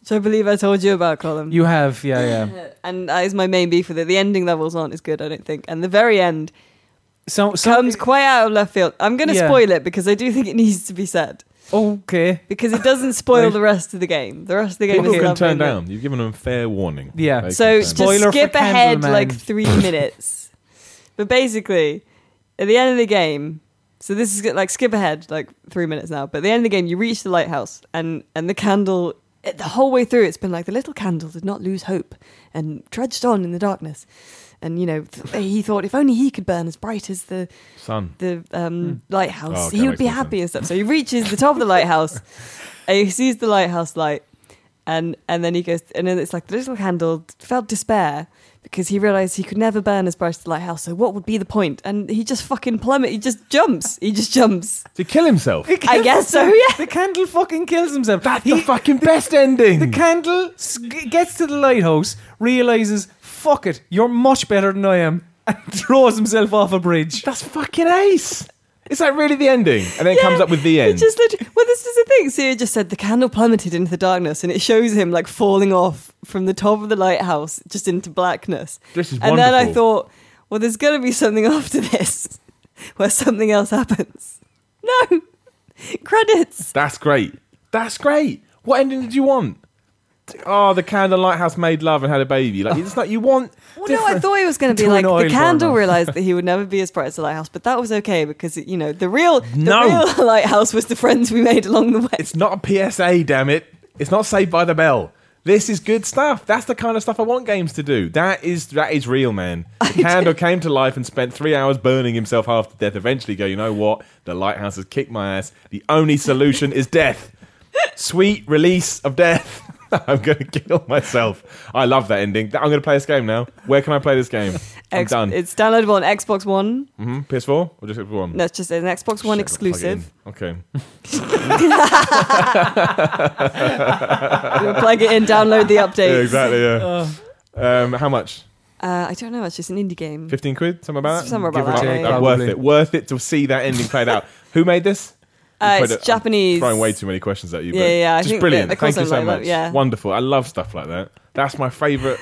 Speaker 1: which i believe i told you about colin
Speaker 2: You have, yeah, yeah.
Speaker 1: and that is my main beef with it the ending levels aren't as good i don't think and the very end
Speaker 2: So, so
Speaker 1: comes quite out of left field i'm going to
Speaker 2: Yeah.
Speaker 1: spoil it because i do think it needs to be said
Speaker 2: okay.
Speaker 1: because it doesn't spoil
Speaker 2: Right.
Speaker 1: the rest of the game the rest of the game
Speaker 3: People
Speaker 1: is
Speaker 3: can
Speaker 1: lovely
Speaker 3: turn
Speaker 1: and it-
Speaker 3: down. You've given them fair warning.
Speaker 2: Yeah.
Speaker 3: They
Speaker 1: So
Speaker 3: can
Speaker 1: just
Speaker 3: turn down.
Speaker 2: Spoiler for
Speaker 1: skip ahead
Speaker 2: Candleman.
Speaker 1: like three minutes. But basically, at the end of the game, so this is like skip ahead like three minutes now. But at the end of the game, you reach the lighthouse, and and the candle. it- The whole way through, it's been like the little candle did not lose hope and trudged on in the darkness. And you know, th- he thought if only he could burn as bright as the
Speaker 3: son.
Speaker 1: the um, lighthouse.
Speaker 3: Oh, okay,
Speaker 1: he
Speaker 3: that
Speaker 1: would be
Speaker 3: makes more
Speaker 1: happy and stuff. So he reaches the top of the lighthouse, and he sees the lighthouse light, and and then he goes, and then it's like the little candle felt despair because he realized he could never burn as bright as the lighthouse. So what would be the point? And he just fucking plummet. He just jumps. He just jumps.
Speaker 3: To kill himself.
Speaker 1: I guess so. Yeah.
Speaker 2: The candle fucking kills himself.
Speaker 3: That's
Speaker 2: He-
Speaker 3: the fucking best ending.
Speaker 2: The candle s- g- gets to the lighthouse, realizes, fuck it, you're much better than I am, and throws himself off a bridge.
Speaker 3: That's fucking ace. Is that really the ending? And then it comes up with the
Speaker 1: He
Speaker 3: end.
Speaker 1: just literally, well, this is the thing. So he just said the candle plummeted into the darkness, and it shows him like falling off from the top of the lighthouse just into blackness.
Speaker 3: This is
Speaker 1: and then I
Speaker 3: wonderful.
Speaker 1: thought, well, there's going to be something after this where something else happens. No credits.
Speaker 3: That's great. That's great. What ending did you want? Oh, the candle lighthouse made love and had a baby. Like it's like you want.
Speaker 1: Well, no, I
Speaker 3: different-
Speaker 1: thought it was going to be
Speaker 2: To
Speaker 1: like
Speaker 2: an oil
Speaker 1: the candle
Speaker 2: burner.
Speaker 1: realized that he would never be as bright as the lighthouse, but that was okay because you know the real the
Speaker 3: No.
Speaker 1: real lighthouse was the friends we made along the way.
Speaker 3: It's not a PSA, damn it. It's not Saved by the Bell. This is good stuff. That's the kind of stuff I want games to do. That is that is real, man. The Candle came to life and spent three hours burning himself half to death. Eventually, go. You know what? The lighthouse has kicked my ass. The only solution is death. Sweet release of death. I'm gonna kill myself. I love that ending. I'm gonna play this game now. Where can I play this game? I'm
Speaker 1: Ex-
Speaker 3: done.
Speaker 1: It's downloadable on Xbox One.
Speaker 3: hmm PS4 or just one?
Speaker 1: That's just an Xbox One
Speaker 3: Shit, I've got to plug it in.
Speaker 1: exclusive.
Speaker 3: Okay.
Speaker 1: You'll plug it in, download the updates.
Speaker 3: Yeah, exactly. Yeah.
Speaker 2: Uh,
Speaker 3: Um, how much?
Speaker 1: Uh, I don't know. It's just an indie game.
Speaker 3: 15 quid, something about that?
Speaker 1: Somewhere about
Speaker 3: Give or
Speaker 1: that,
Speaker 3: take,
Speaker 1: yeah,
Speaker 3: like,
Speaker 2: yeah.
Speaker 3: Worth
Speaker 2: Probably.
Speaker 3: it. Worth it to see that ending played out. Who made this?
Speaker 1: Uh,
Speaker 3: You played
Speaker 1: it's
Speaker 3: it- I'm
Speaker 1: Japanese.
Speaker 3: Throwing way too many questions at you.
Speaker 1: Yeah,
Speaker 3: but
Speaker 1: yeah, I
Speaker 3: Just
Speaker 1: think that-
Speaker 3: brilliant.
Speaker 1: that
Speaker 3: Thank you
Speaker 1: crossover
Speaker 3: so
Speaker 1: like that,
Speaker 3: much.
Speaker 1: yeah.
Speaker 3: Wonderful. I love stuff like that. That's my favourite.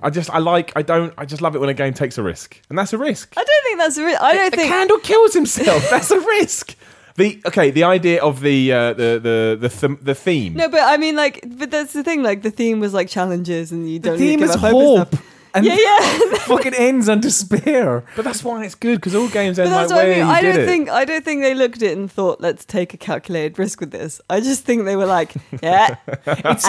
Speaker 3: I just, I like, I don't, I just love it when a game takes a risk. And that's a risk.
Speaker 1: I don't think that's. A re- I don't
Speaker 3: the
Speaker 1: think.
Speaker 3: candle kills himself. that's a risk. The okay, the idea of the uh, the the the, th- the theme.
Speaker 1: No, but I mean, like, but that's the thing. Like, the theme was like challenges, and you
Speaker 2: the
Speaker 1: don't. need to
Speaker 2: theme
Speaker 1: give
Speaker 2: is
Speaker 1: up hope. and
Speaker 2: hope.
Speaker 1: stuff.
Speaker 2: and
Speaker 1: yeah, yeah.
Speaker 2: fucking ends on despair.
Speaker 3: But that's why it's good because all games end
Speaker 1: But
Speaker 3: like
Speaker 1: that's what
Speaker 3: where
Speaker 1: I mean.
Speaker 3: you
Speaker 1: I
Speaker 3: did
Speaker 1: don't
Speaker 3: it.
Speaker 1: think I don't think they looked at it and thought, "Let's take a calculated risk with this." I just think they were like, "Yeah,
Speaker 2: It's,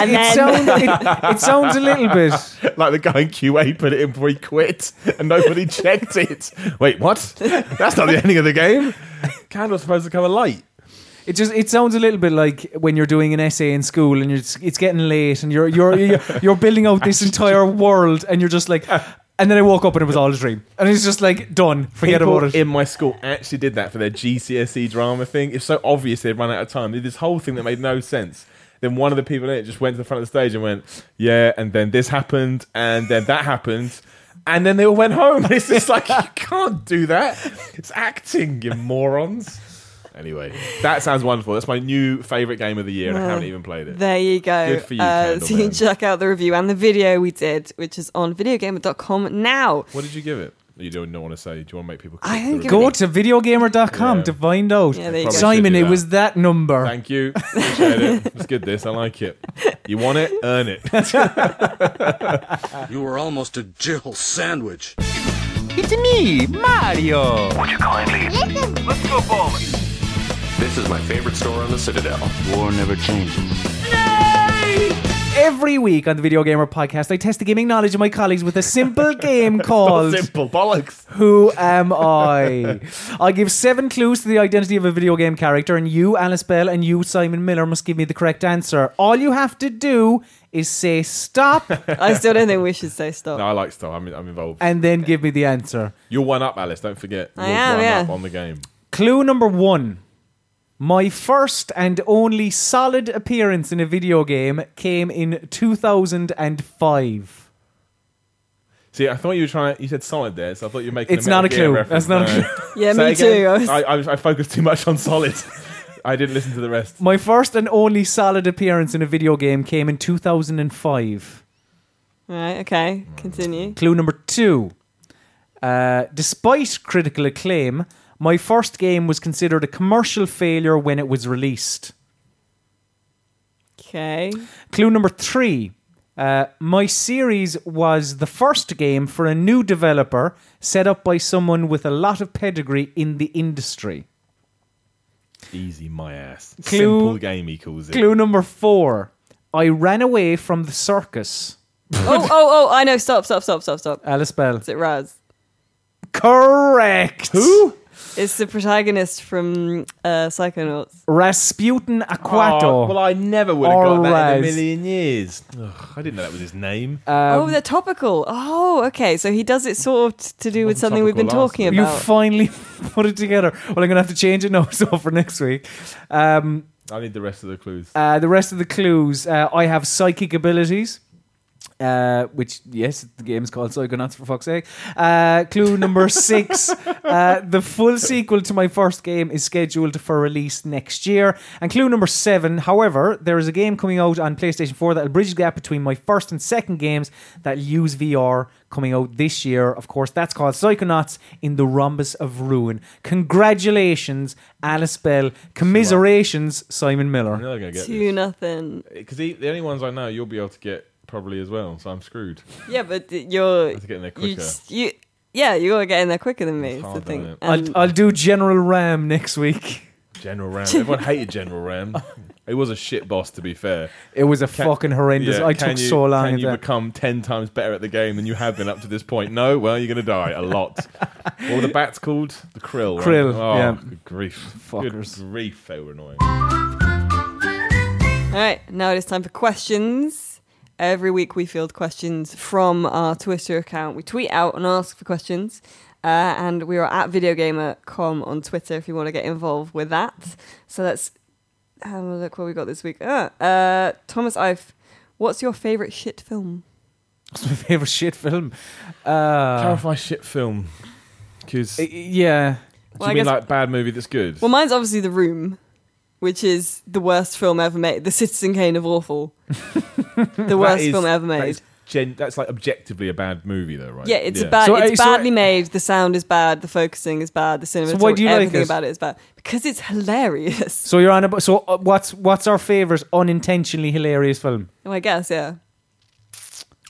Speaker 1: And
Speaker 2: it,
Speaker 1: then-
Speaker 2: sound- it, it sounds a little bit.
Speaker 3: like the guy in QA put it in before he quit, and nobody checked it. Wait, what? That's not the ending of the game. Candle's supposed to come alight.
Speaker 2: It just it sounds a little bit like when you're doing an essay in school and you're it's, it's getting late and you're you're you're, you're building out this entire world and you're just like. And then I woke up and it was all a dream, and it's just like done. Forget
Speaker 3: People
Speaker 2: about it.
Speaker 3: in my school actually did that for their GCSE E drama thing. It's so obvious they'd run out of time. They did this whole thing that made no sense. Then one of the people in it just went to the front of the stage and went, "Yeah," and then this happened, and then that happened, and then they all went home. It's just like you can't do that. It's acting, you morons. Anyway, that sounds wonderful. That's my new favorite game of the year, and I
Speaker 1: Well,
Speaker 3: haven't even played it.
Speaker 1: there you go."
Speaker 3: Good for you,
Speaker 1: uh, so you can
Speaker 3: Candleman.
Speaker 1: check out the review and the video we did, which is on videogamer.com now.
Speaker 3: What did you give it? You don't want to say. Do you want to make people?
Speaker 1: I
Speaker 3: click
Speaker 1: don't
Speaker 3: the
Speaker 1: give
Speaker 2: Go
Speaker 3: review?
Speaker 2: to videogamer.com
Speaker 3: Yeah.
Speaker 2: to find out.
Speaker 1: Yeah, there you
Speaker 3: Probably
Speaker 1: go.
Speaker 3: should
Speaker 2: Simon,
Speaker 3: do
Speaker 2: it
Speaker 3: that.
Speaker 2: was that number.
Speaker 3: Thank you. Appreciate it. It's good. This I like it. You want it? Earn it.
Speaker 4: You were almost a Jill sandwich.
Speaker 5: It's me, Mario.
Speaker 6: Would you kindly Let's go bowling.
Speaker 7: This is my favorite store on the Citadel.
Speaker 5: War never changes.
Speaker 2: Every week on the Video Gamer Podcast, I test the gaming knowledge of my colleagues with a simple game called
Speaker 3: Simple bollocks.
Speaker 2: Who Am I? I give seven clues to the identity of a video game character, and you, Alice Bell, and you, Simon Miller, must give me the correct answer. All you have to do is say stop
Speaker 1: I still don't think we should say stop.
Speaker 3: No, I like stuff. I'm, I'm involved.
Speaker 2: and then give me the answer.
Speaker 3: You're one up, Alice. Don't forget. You're
Speaker 1: Uh, I am,
Speaker 3: one
Speaker 1: yeah.
Speaker 3: up on the game.
Speaker 2: Clue number one. My first and only solid appearance in a video game came in 2005.
Speaker 3: See, I thought you were trying. You said solid there, so I thought you were making.
Speaker 2: It's
Speaker 3: a
Speaker 2: not
Speaker 3: Metal
Speaker 2: a
Speaker 3: Gear
Speaker 2: clue.
Speaker 3: reference.
Speaker 2: That's not a
Speaker 3: No.
Speaker 1: Yeah,
Speaker 3: Say
Speaker 1: me
Speaker 3: again.
Speaker 1: too. I was-
Speaker 3: I, I, was- I focused too much on solid. I didn't listen to the rest.
Speaker 2: My first and only solid appearance in a video game came in 2005.
Speaker 1: Right, okay, continue.
Speaker 2: Clue number two. Uh, despite critical acclaim, my first game was considered a commercial failure when it was released.
Speaker 1: Okay.
Speaker 2: Clue number three. Uh, my series was the first game for a new developer set up by someone with a lot of pedigree in the industry.
Speaker 3: Easy, my ass.
Speaker 2: Clue-
Speaker 3: Simple game. He calls it.
Speaker 2: Clue number four. I ran away from the circus.
Speaker 1: Oh, oh, oh, I know. Stop, stop, stop, stop, stop.
Speaker 2: Alice Bell.
Speaker 1: Is it Raz?
Speaker 2: Correct. Who?
Speaker 1: It's the protagonist from uh, Psychonauts.
Speaker 2: Rasputin Aquato.
Speaker 3: Oh, well, I never would have got
Speaker 2: Or
Speaker 3: that in a
Speaker 2: Raz.
Speaker 3: million years. Ugh, I didn't know that was his name.
Speaker 2: Uh,
Speaker 1: oh, they're topical. Oh, okay. So he does it sort of t- to do with
Speaker 3: Wasn't
Speaker 1: something we've been
Speaker 3: topical last
Speaker 1: talking
Speaker 3: week.
Speaker 2: You
Speaker 1: about.
Speaker 2: finally put it together. Well, I'm going to have to change it now, so for next week. Um,
Speaker 3: I need the rest of the clues.
Speaker 2: uh, the rest of the clues uh, I have psychic abilities. Uh, which yes, the game's called Psychonauts for fuck's sake. Uh, clue number six: uh, the full sequel to my first game is scheduled for release next year. And clue number seven: however, there is a game coming out on PlayStation Four that will bridge the gap between my first and second games that use VR, coming out this year. Of course, that's called Psychonauts in the Rhombus of Ruin. Congratulations, Alice Bell. Commiserations, Simon Miller.
Speaker 3: I'm never gonna get
Speaker 1: Two nothing.
Speaker 3: because the only ones I know you'll be able to get probably as well. So I'm screwed.
Speaker 1: Yeah, but you're.
Speaker 3: have to get in there
Speaker 1: You,
Speaker 3: quicker.
Speaker 1: just- you, yeah, you are getting there quicker than me.
Speaker 3: It's
Speaker 1: Is the
Speaker 3: hard,
Speaker 1: thing.
Speaker 3: isn't it?
Speaker 1: And-
Speaker 2: I'll, I'll do General Ram next week.
Speaker 3: General Ram. Everyone hated General Ram. He was a shit boss, to be fair.
Speaker 2: It was a fucking horrendous.
Speaker 3: Yeah,
Speaker 2: I
Speaker 3: can
Speaker 2: took
Speaker 3: you-
Speaker 2: so long.
Speaker 3: Can
Speaker 2: at
Speaker 3: you
Speaker 2: that.
Speaker 3: become ten times better at the game than you have been up to this point? No. Well, you're gonna die a lot. what were the bats called? The krill. right?
Speaker 2: Krill,
Speaker 3: Oh,
Speaker 2: yeah.
Speaker 3: good grief.
Speaker 2: Fuckers.
Speaker 3: Good grief. They were annoying.
Speaker 1: All right, now it is time for questions. Every week we field questions from our Twitter account. We tweet out and ask for questions. Uh, and we are at videogamer.com on Twitter if you want to get involved with that. So let's have a look what we got this week. Ah, uh, Thomas Ive, what's your favourite shit film?
Speaker 2: It's my favorite shit film. Uh,
Speaker 3: Clarify shit film. Because
Speaker 2: y- Uh, yeah,
Speaker 1: Well,
Speaker 3: you
Speaker 1: I
Speaker 3: mean
Speaker 1: guess-
Speaker 3: like bad movie that's good?
Speaker 1: Well, mine's obviously The Room, which is the worst film ever made, the Citizen Kane of awful. the
Speaker 3: That
Speaker 1: worst
Speaker 3: is-
Speaker 1: film ever
Speaker 3: That
Speaker 1: made.
Speaker 3: is gen- that's like objectively a bad movie, though, right?
Speaker 1: Yeah, it's a
Speaker 3: bad.
Speaker 1: bad.
Speaker 2: So,
Speaker 1: it's
Speaker 2: uh, so-
Speaker 1: badly made. The sound is bad. The focusing is bad. The cinematography.
Speaker 2: So why do you like
Speaker 1: everything
Speaker 2: it?
Speaker 1: about it is bad because it's hilarious.
Speaker 2: so you're on about. So uh, what's what's our favorite unintentionally hilarious film?
Speaker 1: Oh, I guess yeah.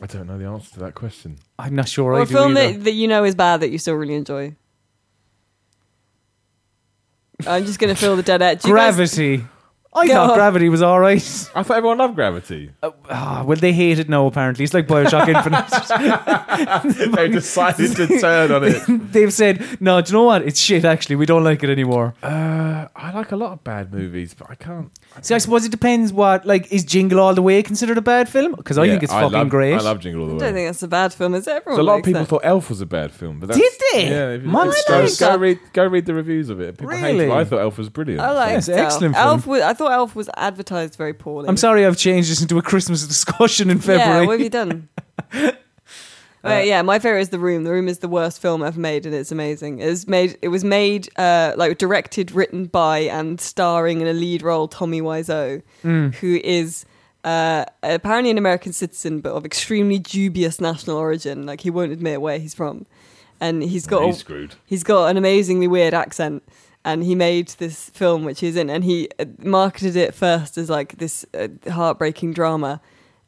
Speaker 3: I don't know the answer to that question.
Speaker 2: I'm not sure
Speaker 1: Or
Speaker 2: I
Speaker 1: a
Speaker 2: do
Speaker 1: film
Speaker 2: either.
Speaker 1: that, that you know is bad that you still really enjoy. I'm just going to fill the dead air. Do you guys-
Speaker 2: Gravity. I
Speaker 1: Go
Speaker 2: thought
Speaker 1: on.
Speaker 2: Gravity was all right.
Speaker 3: I thought everyone loved Gravity.
Speaker 1: Uh,
Speaker 2: Ah, well, they hate it now, apparently. It's like Bioshock Infinite.
Speaker 3: they decided to turn on it.
Speaker 2: They've said, no, do you know what? It's shit, actually. We don't like it anymore.
Speaker 3: Uh, I like a lot of bad movies, but I can't.
Speaker 2: See, I suppose it depends what, like, is Jingle All the Way considered a bad film? Because I
Speaker 3: Yeah,
Speaker 2: think it's fucking
Speaker 3: love,
Speaker 2: great.
Speaker 3: I love Jingle All the
Speaker 1: I
Speaker 3: Way.
Speaker 1: don't think that's a bad film. Is everyone?
Speaker 3: so a lot of
Speaker 1: likes
Speaker 3: people
Speaker 1: that.
Speaker 3: thought Elf was a bad film, but that's,
Speaker 2: Did they?
Speaker 3: Yeah, if you-
Speaker 2: Man,
Speaker 3: it's-
Speaker 2: I
Speaker 3: go,
Speaker 2: like
Speaker 3: go
Speaker 1: that.
Speaker 3: read go read the reviews of it. People hate it.
Speaker 2: Really?
Speaker 3: I thought Elf was brilliant.
Speaker 1: I like
Speaker 2: Yes,
Speaker 1: Elf.
Speaker 2: excellent
Speaker 1: Elf.
Speaker 2: film.
Speaker 1: Was, I thought Elf was advertised very poorly.
Speaker 2: I'm sorry I've changed this into a Christmas discussion in
Speaker 1: Yeah,
Speaker 2: February. Uh,
Speaker 1: what have you done? Right, yeah, my favorite is The Room. The Room is the worst film ever made, and it's amazing. It was made, it was made, uh, like directed, written by, and starring in a lead role Tommy Wiseau,
Speaker 2: Hmm.
Speaker 1: who is uh, apparently an American citizen, but of extremely dubious national origin. Like he won't admit where he's from, and he's got
Speaker 3: He's
Speaker 1: a-
Speaker 3: screwed.
Speaker 1: He's got an amazingly weird accent, and he made this film which he's in, and he uh, marketed it first as like this uh, heartbreaking drama,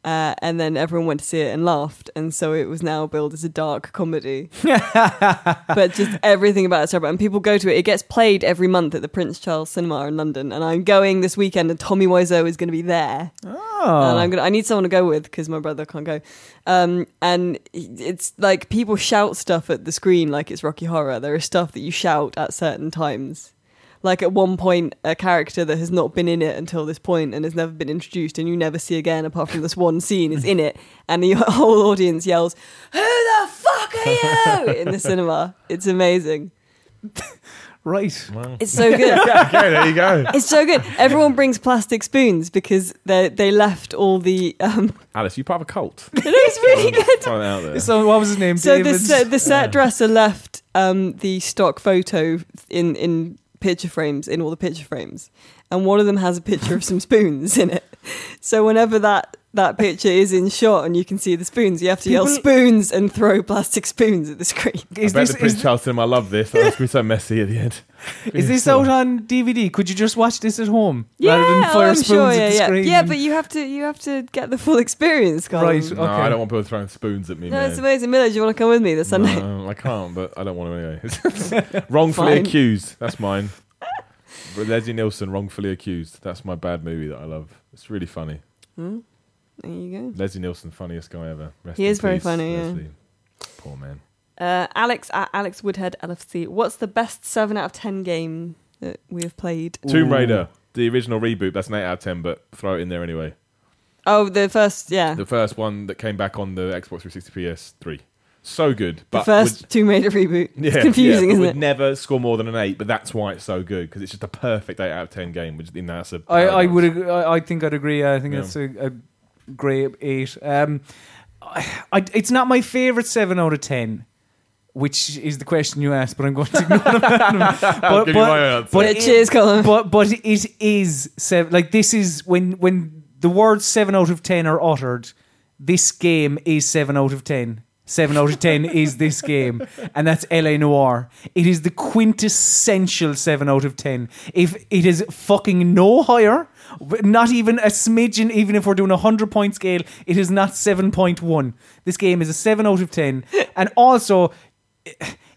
Speaker 1: uh, and then everyone went to see it and laughed, and so it was now billed as a dark comedy. but just everything about it's terrible, and people go to it. It gets played every month at the Prince Charles Cinema in London, and I'm going this weekend, and Tommy Wiseau is going to be there and I'm gonna. I need someone to go with because my brother can't go. Um, and it's like people shout stuff at the screen like it's Rocky Horror. There is stuff that you shout at certain times. Like at one point, a character that has not been in it until this point and has never been introduced, and you never see again apart from this one scene, is in it, and the whole audience yells, "Who the fuck are you?" in the cinema. It's amazing.
Speaker 2: Right.
Speaker 1: It's so good.
Speaker 3: okay, there you go.
Speaker 1: It's so good. Everyone brings plastic spoons because they they left all the. Um,
Speaker 3: Alice, you part of a cult.
Speaker 1: it's really good.
Speaker 3: Throw it out there.
Speaker 2: So, uh, what was his name?
Speaker 1: So the
Speaker 2: David's-
Speaker 1: set, the set dresser left um, the stock photo in in picture frames in all the picture frames, and one of them has a picture of some spoons in it. So whenever that that picture is in shot and you can see the spoons, you have to yell
Speaker 2: People-
Speaker 1: spoons and throw plastic spoons at the screen.
Speaker 3: I bet
Speaker 2: is this,
Speaker 3: the Prince
Speaker 2: is,
Speaker 3: Charles cinema love this. That's going to be so messy at the end.
Speaker 2: is this out on DVD? Could you just watch this at home rather than
Speaker 1: oh,
Speaker 2: fire
Speaker 1: I'm
Speaker 2: spoons
Speaker 1: sure,
Speaker 2: at
Speaker 1: yeah,
Speaker 2: the
Speaker 1: yeah.
Speaker 2: screen?
Speaker 1: Yeah, but you have to you have to get the full experience, Colin.
Speaker 2: right. Okay.
Speaker 3: No, I don't want people throwing spoons at me.
Speaker 1: No,
Speaker 3: man.
Speaker 1: it's amazing. Miller, do you want to come with me this Sunday?
Speaker 3: No, I can't, but I don't want to anyway. wrongfully
Speaker 1: Fine.
Speaker 3: accused. That's mine. But Leslie Nielsen, wrongfully accused. That's my bad movie that I love. It's really funny.
Speaker 1: There you go.
Speaker 3: Leslie Nielsen, funniest guy ever. Rest
Speaker 1: He
Speaker 3: in
Speaker 1: is very
Speaker 3: peace,
Speaker 1: funny, yeah.
Speaker 3: Leslie. Poor man.
Speaker 1: Uh, Alex at Alex Woodhead LFC. What's the best seven out of ten game that we have played?
Speaker 3: Tomb Raider, the original reboot. That's an eight out of ten, but throw it in there anyway.
Speaker 1: Oh, the first, yeah, the,
Speaker 3: The first one that came back on the Xbox 360 PS3. So good, but
Speaker 1: first
Speaker 3: would-
Speaker 1: Tomb Raider reboot.
Speaker 3: yeah,
Speaker 1: it's confusing,
Speaker 3: yeah,
Speaker 1: isn't
Speaker 3: but would
Speaker 1: it?
Speaker 3: never score more than an eight, but that's why it's so good because it's just a perfect eight out of ten game. Which in that's a
Speaker 2: I, I
Speaker 3: paradox.
Speaker 2: would. ag- I, I think I'd agree. I think
Speaker 3: Yeah.
Speaker 2: that's a, a great eight. Um, I, I, it's not my favorite seven out of ten, which is the question you asked, but I'm going to ignore them. but,
Speaker 3: give you my answer.
Speaker 1: Yeah, cheers, Colin.
Speaker 2: But but it is seven. Like this is when when the words seven out of ten are uttered, this game is seven out of ten. Seven out of ten is this game, and that's La Noir. It is the quintessential seven out of ten. If it is fucking no higher, not even a smidgen. Even if we're doing a hundred point scale, it is not seven point one. This game is a seven out of ten, and also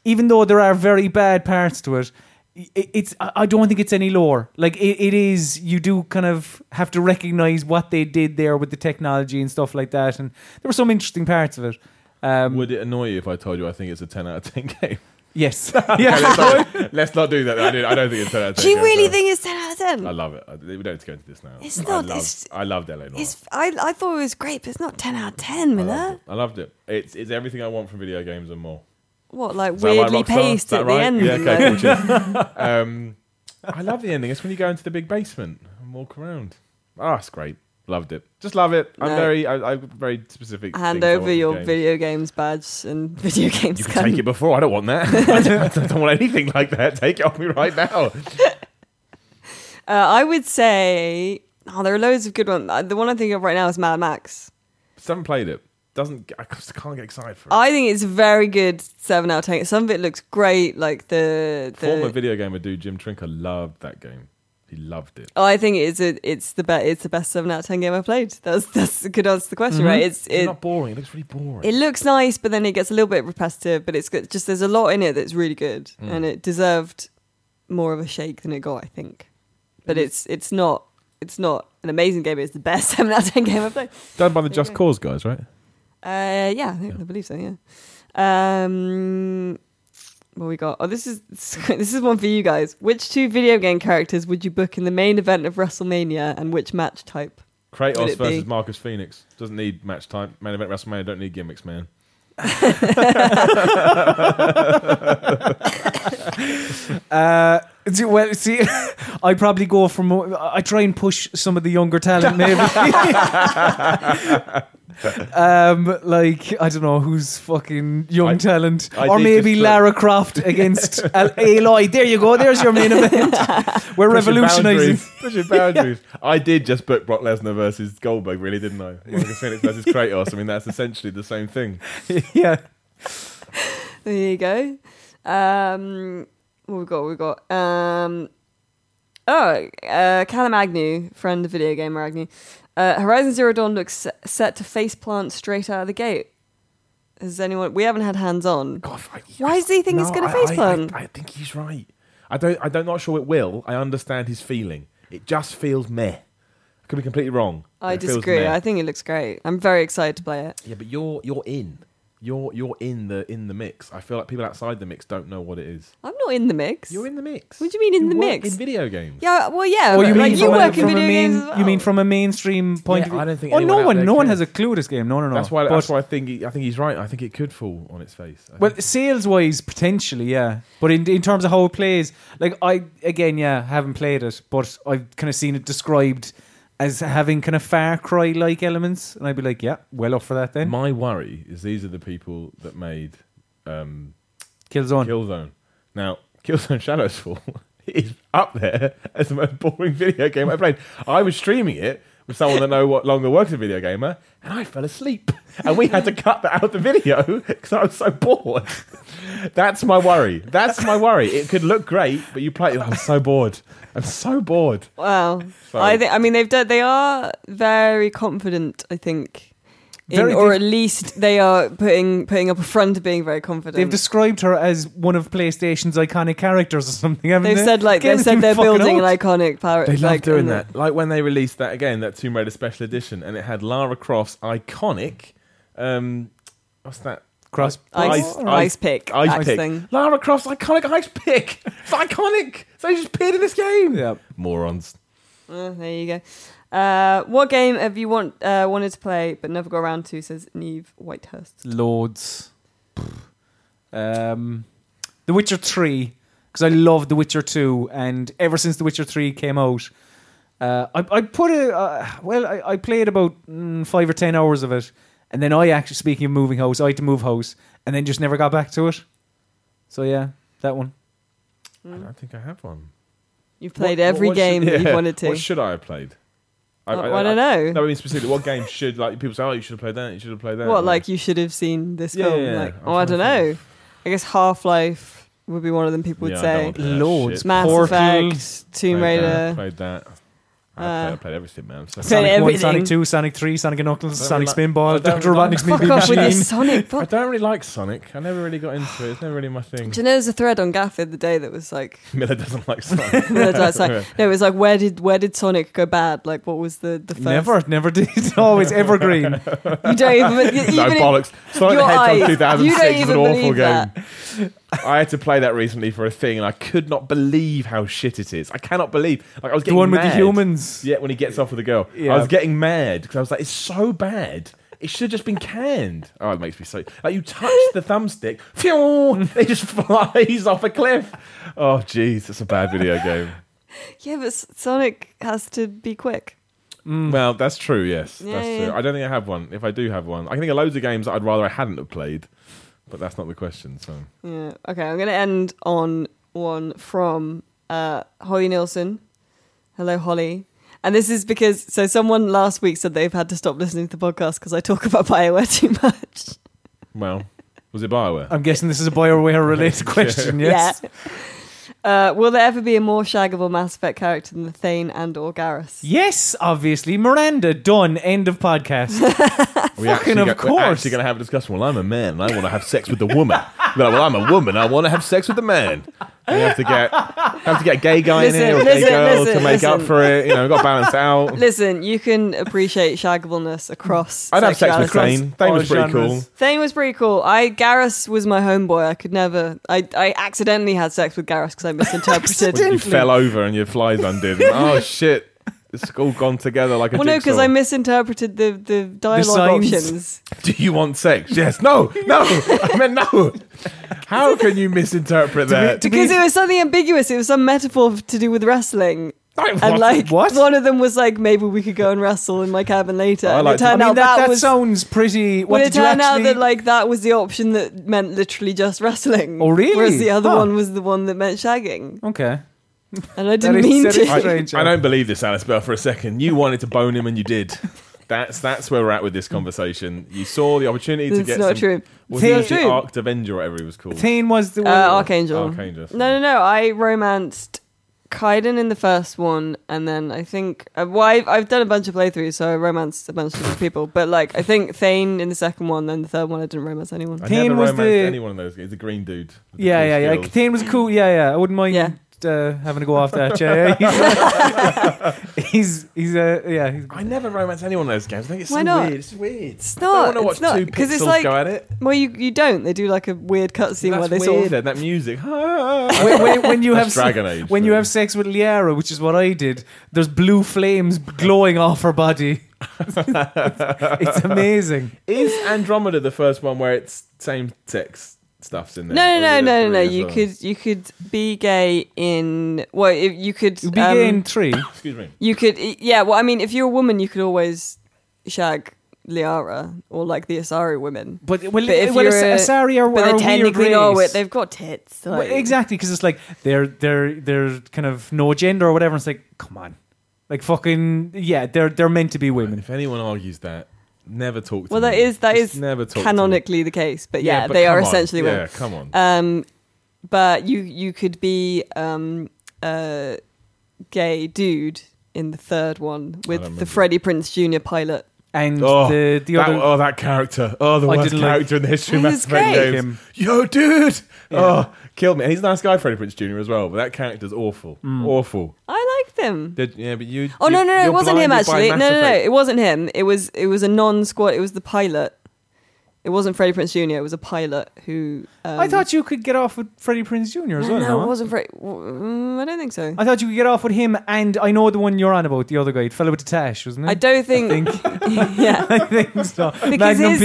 Speaker 2: even though there are very bad parts to it, i- it's I I don't think it's any lower. Like it, it is, you do kind of have to recognize what they did there with the technology and stuff like that. And there were some interesting parts of it. Um,
Speaker 3: Would it annoy you if I told you I think it's a 10 out of 10 game?
Speaker 2: yes, yeah.
Speaker 3: Sorry, Let's not do that. I, did, I don't think it's 10 out of 10.
Speaker 1: Do you
Speaker 3: game,
Speaker 1: really
Speaker 3: sorry.
Speaker 1: think it's ten out of ten?
Speaker 3: I love it. I, we don't need to go into this now.
Speaker 1: It's not-
Speaker 3: I
Speaker 1: it's-
Speaker 3: loved, I loved LA Noire.
Speaker 1: It's I, I thought it was great, but it's not ten out of ten,
Speaker 3: I loved
Speaker 1: Miller.
Speaker 3: it. I loved it. It's, it's everything I want from video games and more.
Speaker 1: What like
Speaker 3: Is that right,
Speaker 1: weirdly
Speaker 3: Rockstar? Is
Speaker 1: paced
Speaker 3: that
Speaker 1: at
Speaker 3: right?
Speaker 1: the end?
Speaker 3: Yeah, okay,
Speaker 1: though.
Speaker 3: cool, cheers. um, I love the ending. It's when you go into the big basement and walk around. Ah, it's great. Loved it. Just love it. I'm
Speaker 1: No.
Speaker 3: very, I, I'm very specific.
Speaker 1: Hand
Speaker 3: things I want
Speaker 1: over
Speaker 3: from
Speaker 1: your
Speaker 3: games.
Speaker 1: video games badge and video games.
Speaker 3: You can
Speaker 1: gun.
Speaker 3: take it before. I don't want that. I, don't, I don't want anything like that. Take it off me right now.
Speaker 1: Uh, I would say oh, there are loads of good ones. Uh, The one I think of right now is Mad Max.
Speaker 3: Just haven't played it. Doesn't I just can't get excited for it.
Speaker 1: I think it's a very good seven out of ten. Some of it looks great, like the the
Speaker 3: Former video gamer dude Jim Trinker loved that game. He absolutely loved it.
Speaker 1: Oh, I think it's a, it's the best it's the best seven out of ten game I've played. That's that's a good answer to the question, right? It's
Speaker 3: Mm-hmm. It's
Speaker 1: it,
Speaker 3: not boring. It looks really boring.
Speaker 1: it looks nice, but then it gets a little bit repetitive. But it's good. just there's a lot in it that's really good,
Speaker 3: Mm.
Speaker 1: and it deserved more of a shake than it got, I think.
Speaker 3: Mm.
Speaker 1: But it's it's not it's not an amazing game. It's the best seven out of ten game I've played.
Speaker 3: Done by the Just Cause guys, right?
Speaker 1: Uh, yeah, I, think, I believe so. Yeah. Um, what we got? Oh, this is this is one for you guys. Which two video game characters would you book in the main event of WrestleMania, and which match type? Would
Speaker 3: Kratos
Speaker 1: it
Speaker 3: versus
Speaker 1: be?
Speaker 3: Marcus Phoenix doesn't need match time. Main event WrestleMania don't need gimmicks, man.
Speaker 2: Uh, see- well, see, I probably go for more. I try and push some of the younger talent, maybe. um, like I don't know who's fucking young
Speaker 3: I-
Speaker 2: talent,
Speaker 3: I
Speaker 2: or
Speaker 3: did
Speaker 2: maybe
Speaker 3: just, uh,
Speaker 2: Lara Croft against Al- Aloy. There you go. There's your main event. We're
Speaker 3: Pushing
Speaker 2: revolutionising.
Speaker 3: boundaries. Pushing boundaries. I did just book Brock Lesnar versus Goldberg, really, didn't I? Marcus Phoenix versus Kratos. I mean, that's essentially the same thing.
Speaker 2: yeah.
Speaker 1: There you go. Um, what we got? What we got. Um, oh, uh, Callum Agnew, friend of video gamer Agnew. Uh, Horizon Zero Dawn looks s- set to face plant straight out of the gate. Has anyone? We haven't had hands on. Why does he think he's going to face plant?
Speaker 3: I, I think he's right. I don't. I don't. Not sure it will. I understand his feeling. It just feels meh. I could be completely wrong. but
Speaker 1: I
Speaker 3: it feels
Speaker 1: disagree.
Speaker 3: meh.
Speaker 1: I think it looks great. I'm very excited to play it.
Speaker 3: Yeah, but you're you're in. You're you're in the in the mix. I feel like people outside the mix don't know what it is.
Speaker 1: I'm not in the mix.
Speaker 3: You're in the mix.
Speaker 1: What do you mean in the
Speaker 3: work
Speaker 1: mix?
Speaker 3: In video games.
Speaker 1: Yeah, well, yeah.
Speaker 2: Oh,
Speaker 1: but,
Speaker 2: you mean
Speaker 1: like, you
Speaker 2: from, a,
Speaker 1: work in
Speaker 2: from a
Speaker 1: video
Speaker 2: main?
Speaker 1: games as well.
Speaker 2: You mean from a mainstream point
Speaker 3: Yeah,
Speaker 2: of view?
Speaker 3: I don't think
Speaker 2: Oh, no
Speaker 3: anyone out
Speaker 2: one,
Speaker 3: there
Speaker 2: no one
Speaker 3: cares.
Speaker 2: has a clue this game. No, no, no.
Speaker 3: That's why. That's
Speaker 2: But-
Speaker 3: why I think. He, I think he's right. I think it could fall on its face. I
Speaker 2: Well,
Speaker 3: think-
Speaker 2: sales wise, potentially, yeah. But in in terms of how it plays, like I again, yeah, haven't played it, but I've kind of seen it described as having kind of Far Cry like elements, and I'd be like, yeah, well up for that then.
Speaker 3: my worry is these are the people that made um,
Speaker 2: Killzone.
Speaker 3: Killzone. Now, Killzone Shadows Fall is up there as the most boring video game I played. I was streaming it with someone that know what longer works a video gamer, and I fell asleep. And we had to cut that out of the video because I was so bored. That's my worry. That's my worry. It could look great, but you play. oh, I'm so bored. I'm so bored.
Speaker 1: Wow.
Speaker 3: So-
Speaker 1: I think. I mean, they've done. They are very confident. I think. In,
Speaker 2: Very
Speaker 1: or at
Speaker 2: diff-
Speaker 1: least they are putting putting up a front of being very confident.
Speaker 2: They've described her as one of PlayStation's iconic characters or something. haven't
Speaker 1: They've
Speaker 2: they?
Speaker 1: said like
Speaker 2: Game
Speaker 1: they
Speaker 2: has
Speaker 1: said
Speaker 2: been
Speaker 1: they're
Speaker 2: fucking
Speaker 1: building
Speaker 2: old.
Speaker 1: an iconic pirate.
Speaker 3: They love
Speaker 1: like,
Speaker 3: doing
Speaker 1: and-
Speaker 3: that. Like when they released that again, that Tomb Raider Special Edition, and it had Lara Croft's iconic. Um, what's that?
Speaker 2: Cross-
Speaker 1: Ice- ice pick.
Speaker 3: Ice,
Speaker 1: Ice
Speaker 3: pick.
Speaker 1: thing.
Speaker 3: Lara Croft's iconic ice pick. It's iconic. So they just appeared in this game.
Speaker 2: Yeah.
Speaker 3: Morons.
Speaker 1: Uh, there you go. Uh, what game have you want uh, wanted to play but never got around to? Says Neve Whitehurst.
Speaker 2: loads. Um, The Witcher Three, because I love The Witcher Two, and ever since The Witcher Three came out, uh, I, I put a uh, well, I, I played about mm, five or ten hours of it, and then I actually, speaking of moving house, I had to move house, and then just never got back to it. So yeah, that one.
Speaker 3: I don't think I have one.
Speaker 1: You've played
Speaker 3: What-
Speaker 1: every
Speaker 3: what should-
Speaker 1: game that
Speaker 3: yeah.
Speaker 1: you've wanted to.
Speaker 3: What should I have played?
Speaker 1: I- I don't know.
Speaker 3: No, I mean specifically, what game should like people say? Oh, you should have played that. You should have played that.
Speaker 1: What, like you should have seen this
Speaker 3: Yeah,
Speaker 1: film?
Speaker 3: yeah, yeah.
Speaker 1: Like,
Speaker 3: I'm
Speaker 1: oh, I don't
Speaker 3: trying to
Speaker 1: know. I guess Half Life would be one of them. People would
Speaker 3: Yeah, I don't
Speaker 1: say
Speaker 3: want to play that
Speaker 2: Loads.
Speaker 3: shit.
Speaker 1: Mass
Speaker 2: Portal,
Speaker 1: Effect, Tomb
Speaker 3: Played that,
Speaker 1: Raider.
Speaker 3: Played that.
Speaker 1: Uh,
Speaker 3: I played, I played everything, man. So
Speaker 1: Played
Speaker 2: Sonic One,
Speaker 1: everything.
Speaker 2: Sonic Two, Sonic Three, Sonic and Knuckles,
Speaker 3: don't
Speaker 2: Sonic
Speaker 3: really
Speaker 2: Spinball,
Speaker 3: like- I don't
Speaker 2: Dr.
Speaker 3: really
Speaker 2: Robotnik's
Speaker 1: Fuck
Speaker 2: Meat
Speaker 1: off with
Speaker 2: Machine.
Speaker 1: this Sonic.
Speaker 3: I
Speaker 1: Fuck.
Speaker 3: don't really like Sonic. I never really got into it. It's never really my thing.
Speaker 1: Do you know there's a thread on Gafford the day that was like
Speaker 3: Miller doesn't like Sonic.
Speaker 1: No, that's like, no, it was like where did where did Sonic go bad? Like what was the the first?
Speaker 2: Never, never did. Always evergreen.
Speaker 1: You don't even, you- even
Speaker 3: no bollocks. Sonic
Speaker 1: your
Speaker 3: the
Speaker 1: eyes,
Speaker 3: Hedgehog
Speaker 1: you
Speaker 3: 2006
Speaker 1: don't
Speaker 3: is an
Speaker 1: even
Speaker 3: awful
Speaker 1: believe
Speaker 3: game. I had to play that recently for a thing, and I could not believe how shit it is. I cannot believe. Like I was
Speaker 2: the
Speaker 3: getting
Speaker 2: one with the
Speaker 3: mad.
Speaker 2: humans.
Speaker 3: Yeah, when he gets off with the girl,
Speaker 2: Yeah.
Speaker 3: I was getting mad because I was like, "It's so bad. It should have just been canned." Oh, it makes me so like you touch the thumbstick, phew, it just flies off a cliff. Oh, jeez, it's a bad video game.
Speaker 1: Yeah, but S- Sonic has to be quick.
Speaker 3: Well, that's true. Yes,
Speaker 1: Yeah,
Speaker 3: that's
Speaker 1: yeah,
Speaker 3: true.
Speaker 1: yeah.
Speaker 3: I don't think I have one. If I do have one, I can think of loads of games that I'd rather I hadn't have played, but that's not the question. So
Speaker 1: Yeah. Okay, I'm gonna end on one from uh, Holly Nielsen. Hello, Holly. And this is because so someone last week said they've had to stop listening to the podcast because I talk about Bioware too much.
Speaker 3: well, was it Bioware?
Speaker 2: I'm guessing this is a Bioware related question, yes?
Speaker 1: Yeah. Uh, will there ever be a more shaggable Mass Effect character than the Thane and or Garrus?
Speaker 2: Yes, obviously. Miranda, done. End of podcast.
Speaker 3: We actually
Speaker 2: of
Speaker 3: go-
Speaker 2: course.
Speaker 3: We're actually going to have a discussion. Well, I'm a man. and I want to have sex with a woman. Well, well, I'm a woman. I want to have sex with a man. And you have to get have to get a gay guy
Speaker 1: Listen,
Speaker 3: in here or a
Speaker 1: listen,
Speaker 3: gay girl
Speaker 1: listen,
Speaker 3: to make up
Speaker 1: listen.
Speaker 3: for it. You know, got to balance out.
Speaker 1: Listen, you can appreciate shaggableness across.
Speaker 3: I'd have sex with
Speaker 1: sexuality.
Speaker 3: Thane. Thane was
Speaker 2: All
Speaker 3: pretty cool.
Speaker 2: genres.
Speaker 1: Thane was pretty cool. I Garrus was my homeboy. I could never. I, I accidentally had sex with Garrus because I misinterpreted.
Speaker 3: You fell over and your flies undid. oh shit! It's all gone together like a
Speaker 1: well, no, because
Speaker 3: jigsaw.
Speaker 1: I misinterpreted the the dialogue
Speaker 2: signs.
Speaker 1: options.
Speaker 3: Do you want sex? Yes. No. No. I meant no. How can you misinterpret that?
Speaker 2: to be-
Speaker 1: Because it was something ambiguous. It was some metaphor f- to do with wrestling.
Speaker 3: Like,
Speaker 1: And
Speaker 3: what-
Speaker 1: like
Speaker 2: what?
Speaker 1: one of them was like, maybe we could go and wrestle in my cabin later.
Speaker 3: I
Speaker 1: and
Speaker 3: like
Speaker 1: it
Speaker 3: to-
Speaker 1: turned
Speaker 2: I mean,
Speaker 1: out
Speaker 2: that,
Speaker 1: that,
Speaker 2: that
Speaker 1: was.
Speaker 2: sounds pretty. What
Speaker 1: when it
Speaker 2: did you
Speaker 1: turned out
Speaker 2: actually?
Speaker 1: that like that was the option that meant literally just wrestling.
Speaker 2: Oh, really?
Speaker 1: Whereas the other
Speaker 2: Huh.
Speaker 1: one was the one that meant shagging,
Speaker 2: okay.
Speaker 1: and I
Speaker 2: is
Speaker 1: didn't mean
Speaker 2: silly.
Speaker 1: to.
Speaker 2: I-
Speaker 3: I,
Speaker 2: Stranger.
Speaker 3: I don't believe this, Alice Bell, for a second. You wanted to bone him and you did. That's that's where we're at with this conversation. You saw the opportunity to
Speaker 1: That's
Speaker 3: get
Speaker 1: not
Speaker 3: some,
Speaker 1: true. It's
Speaker 3: Was he
Speaker 1: not
Speaker 3: the
Speaker 1: true.
Speaker 3: Arc Avenger or whatever he was called?
Speaker 2: Thane was the one.
Speaker 1: Uh, Archangel.
Speaker 3: Archangel.
Speaker 1: No, no, no. I romanced Kaiden in the first one, and then I think uh, well, I've, I've done a bunch of playthroughs, so I romanced a bunch of different people. But like, I think Thane in the second one, then the third one, I didn't romance anyone.
Speaker 3: I
Speaker 2: Thane
Speaker 3: never
Speaker 2: was
Speaker 3: romanced
Speaker 2: the-
Speaker 3: any one of those. He's a green dude. with the
Speaker 2: yeah,
Speaker 3: cool
Speaker 2: yeah, yeah.
Speaker 3: skills.
Speaker 2: Thane was cool. Yeah, yeah. I wouldn't mind
Speaker 1: Yeah.
Speaker 2: uh, having to go off that. Yeah, yeah. He's he's, he's uh, yeah. He's,
Speaker 3: I never romance any one of those games. I think it's
Speaker 1: Why
Speaker 3: so
Speaker 1: not?
Speaker 3: weird. It's weird. It's
Speaker 1: not,
Speaker 3: I don't want
Speaker 1: it's
Speaker 3: to watch
Speaker 1: not,
Speaker 3: two
Speaker 1: 'cause
Speaker 3: pixels
Speaker 1: it's like-
Speaker 3: go at it.
Speaker 1: Well, you you don't. They do like a weird cutscene where
Speaker 3: That's
Speaker 1: they
Speaker 3: weird.
Speaker 1: sort of
Speaker 3: and that music.
Speaker 2: when, when, when you have
Speaker 3: That's
Speaker 2: se-
Speaker 3: Dragon Age,
Speaker 2: when you
Speaker 3: though.
Speaker 2: have sex with Liara, which is what I did, there's blue flames glowing off her body. it's amazing.
Speaker 3: Is Andromeda the first one where it's same sex stuff's in there?
Speaker 1: No, no,
Speaker 3: Or
Speaker 1: no,
Speaker 3: is
Speaker 1: no,
Speaker 3: it
Speaker 1: no,
Speaker 3: three
Speaker 1: no.
Speaker 3: as
Speaker 1: You
Speaker 3: well?
Speaker 1: could you could be gay in well, if you could
Speaker 2: It'll be
Speaker 1: um,
Speaker 2: game three.
Speaker 3: Excuse me.
Speaker 1: You could yeah. Well, I mean, if you're a woman, you could always shag Liara or like the Asari women.
Speaker 2: But well,
Speaker 1: But if
Speaker 2: well,
Speaker 1: you're
Speaker 2: As-
Speaker 1: a-
Speaker 2: Asari are,
Speaker 1: but
Speaker 2: are
Speaker 1: they
Speaker 2: a
Speaker 1: technically
Speaker 2: weird
Speaker 1: know
Speaker 2: race.
Speaker 1: it. They've got tits.
Speaker 2: Well,
Speaker 1: Like,
Speaker 2: exactly because it's like they're they're they're kind of no gender or whatever. It's like come on, like fucking yeah, they're they're meant to be women.
Speaker 3: If anyone argues that, never talk to
Speaker 1: Well,
Speaker 3: me.
Speaker 1: that is that is
Speaker 3: Just never talk to me.
Speaker 1: canonically the case. But yeah,
Speaker 3: but
Speaker 1: they are
Speaker 3: come on.
Speaker 1: essentially
Speaker 3: yeah.
Speaker 1: women.
Speaker 3: Come on.
Speaker 1: Um, but you you could be um a gay dude in the third one with
Speaker 3: remember.
Speaker 1: the Freddie Prince Jr. pilot.
Speaker 2: And
Speaker 3: oh,
Speaker 2: the the
Speaker 3: that,
Speaker 2: other
Speaker 3: oh, that character. Oh, the
Speaker 2: I
Speaker 3: worst
Speaker 2: didn't like-
Speaker 3: character in the history of
Speaker 1: He
Speaker 3: Mass
Speaker 1: was
Speaker 3: Effect
Speaker 1: great.
Speaker 3: games.
Speaker 2: Him.
Speaker 3: Yo, dude. Oh, killed me. And he's a nice guy, Freddie Prince Jr. as well. But that character's awful. Awful.
Speaker 1: I like them.
Speaker 3: Did- yeah, but you.
Speaker 1: Oh
Speaker 3: you,
Speaker 1: no, no, no!
Speaker 3: you're
Speaker 1: It wasn't him
Speaker 3: blinded by
Speaker 1: actually. No,
Speaker 3: Mass
Speaker 1: no, no!
Speaker 3: Effect.
Speaker 1: It wasn't him. It was it was a non-squad. It was the pilot. It wasn't Freddie Prince Jr. It was a pilot who. Um,
Speaker 2: I thought you could get off with Freddie Prince Jr. as
Speaker 1: no,
Speaker 2: well.
Speaker 1: no,
Speaker 2: no?
Speaker 1: it wasn't Freddie. mm, I don't think so.
Speaker 2: I thought you could get off with him, and I know the one you're on about, the other guy, the fellow with the tash, wasn't it?
Speaker 1: I don't think. yeah,
Speaker 2: I think so.
Speaker 1: Because
Speaker 2: Magnum
Speaker 1: his-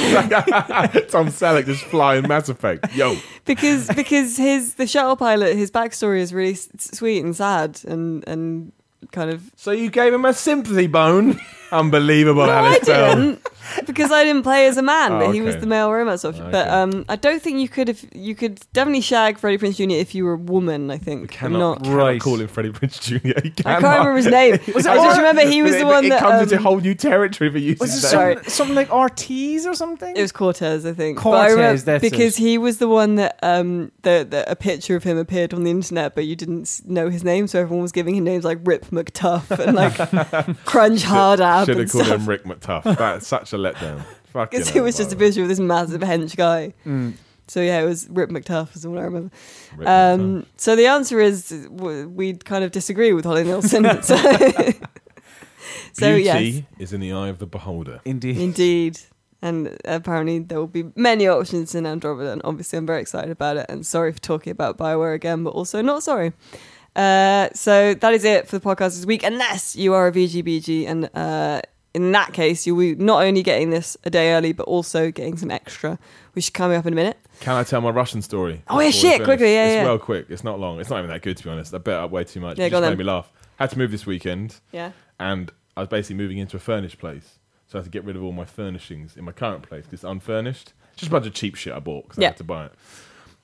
Speaker 2: PI.
Speaker 3: Tom Selleck just flying Mass Effect. Yo.
Speaker 1: because because his the shuttle pilot. His backstory is really s- sweet and sad and and kind of.
Speaker 3: So you gave him a sympathy bone? Unbelievable,
Speaker 1: No, I
Speaker 3: Alice Bell.
Speaker 1: didn't. Because I didn't play as a man,
Speaker 3: Oh,
Speaker 1: but he was
Speaker 3: okay.
Speaker 1: the male romance option. But
Speaker 3: Okay.
Speaker 1: um, I don't think you could if you could definitely shag Freddie Prince Jr. if you were a woman. I think
Speaker 3: Cannot,
Speaker 1: not
Speaker 3: cannot
Speaker 2: Right.
Speaker 3: call him Freddie Prince Jr. He
Speaker 1: I
Speaker 3: cannot.
Speaker 1: can't remember his name. I just remember he was
Speaker 3: But
Speaker 1: the
Speaker 3: it-
Speaker 1: one
Speaker 3: it
Speaker 1: that.
Speaker 3: comes into
Speaker 1: um,
Speaker 3: a whole new territory for you.
Speaker 2: was
Speaker 3: to
Speaker 2: it
Speaker 3: say.
Speaker 1: Sorry.
Speaker 2: some, something like Ortiz or something?
Speaker 1: it was Cortez, I think. But I
Speaker 2: Cortez,
Speaker 1: remember-
Speaker 2: that's it.
Speaker 1: because he was the one that um that that a picture of him appeared on the internet, but you didn't s- know his name, so everyone was giving him names like Rip McTuff and like Crunch Hard Ab
Speaker 3: Should
Speaker 1: and
Speaker 3: have called
Speaker 1: stuff.
Speaker 3: him Rick McTuff. That's such a letdown. Fucking.
Speaker 1: Because it was just a
Speaker 3: bit.
Speaker 1: picture of this massive hench guy. So yeah, it was Rip McTuff is all I remember. Um, so the answer is w- we kind of disagree with Holly Nielsen. so so
Speaker 3: Beauty
Speaker 1: yes,
Speaker 3: is in the eye of the beholder.
Speaker 2: Indeed.
Speaker 1: Indeed. And apparently there will be many options in Andromeda, and obviously I'm very excited about it. And sorry for talking about Bioware again, but also not sorry. Uh, so that is it for the podcast this week, unless you are a VGBG, and uh, in that case you'll be not only getting this a day early, but also getting some extra, which is coming up in a minute.
Speaker 3: Can I tell my Russian story?
Speaker 1: Oh, yeah,
Speaker 3: before we
Speaker 1: shit,
Speaker 3: finish?
Speaker 1: quickly, yeah,
Speaker 3: It's
Speaker 1: yeah.
Speaker 3: well quick. It's not long. It's not even that good to be honest. I bet up way too much.
Speaker 1: Yeah,
Speaker 3: it
Speaker 1: go
Speaker 3: just
Speaker 1: on
Speaker 3: made me
Speaker 1: then.
Speaker 3: laugh. Had to move this weekend.
Speaker 1: Yeah.
Speaker 3: and I was basically moving into a furnished place. So I had to get rid of all my furnishings in my current place because it's unfurnished. Just a bunch of cheap shit I bought because
Speaker 1: Yeah.
Speaker 3: I had to buy it.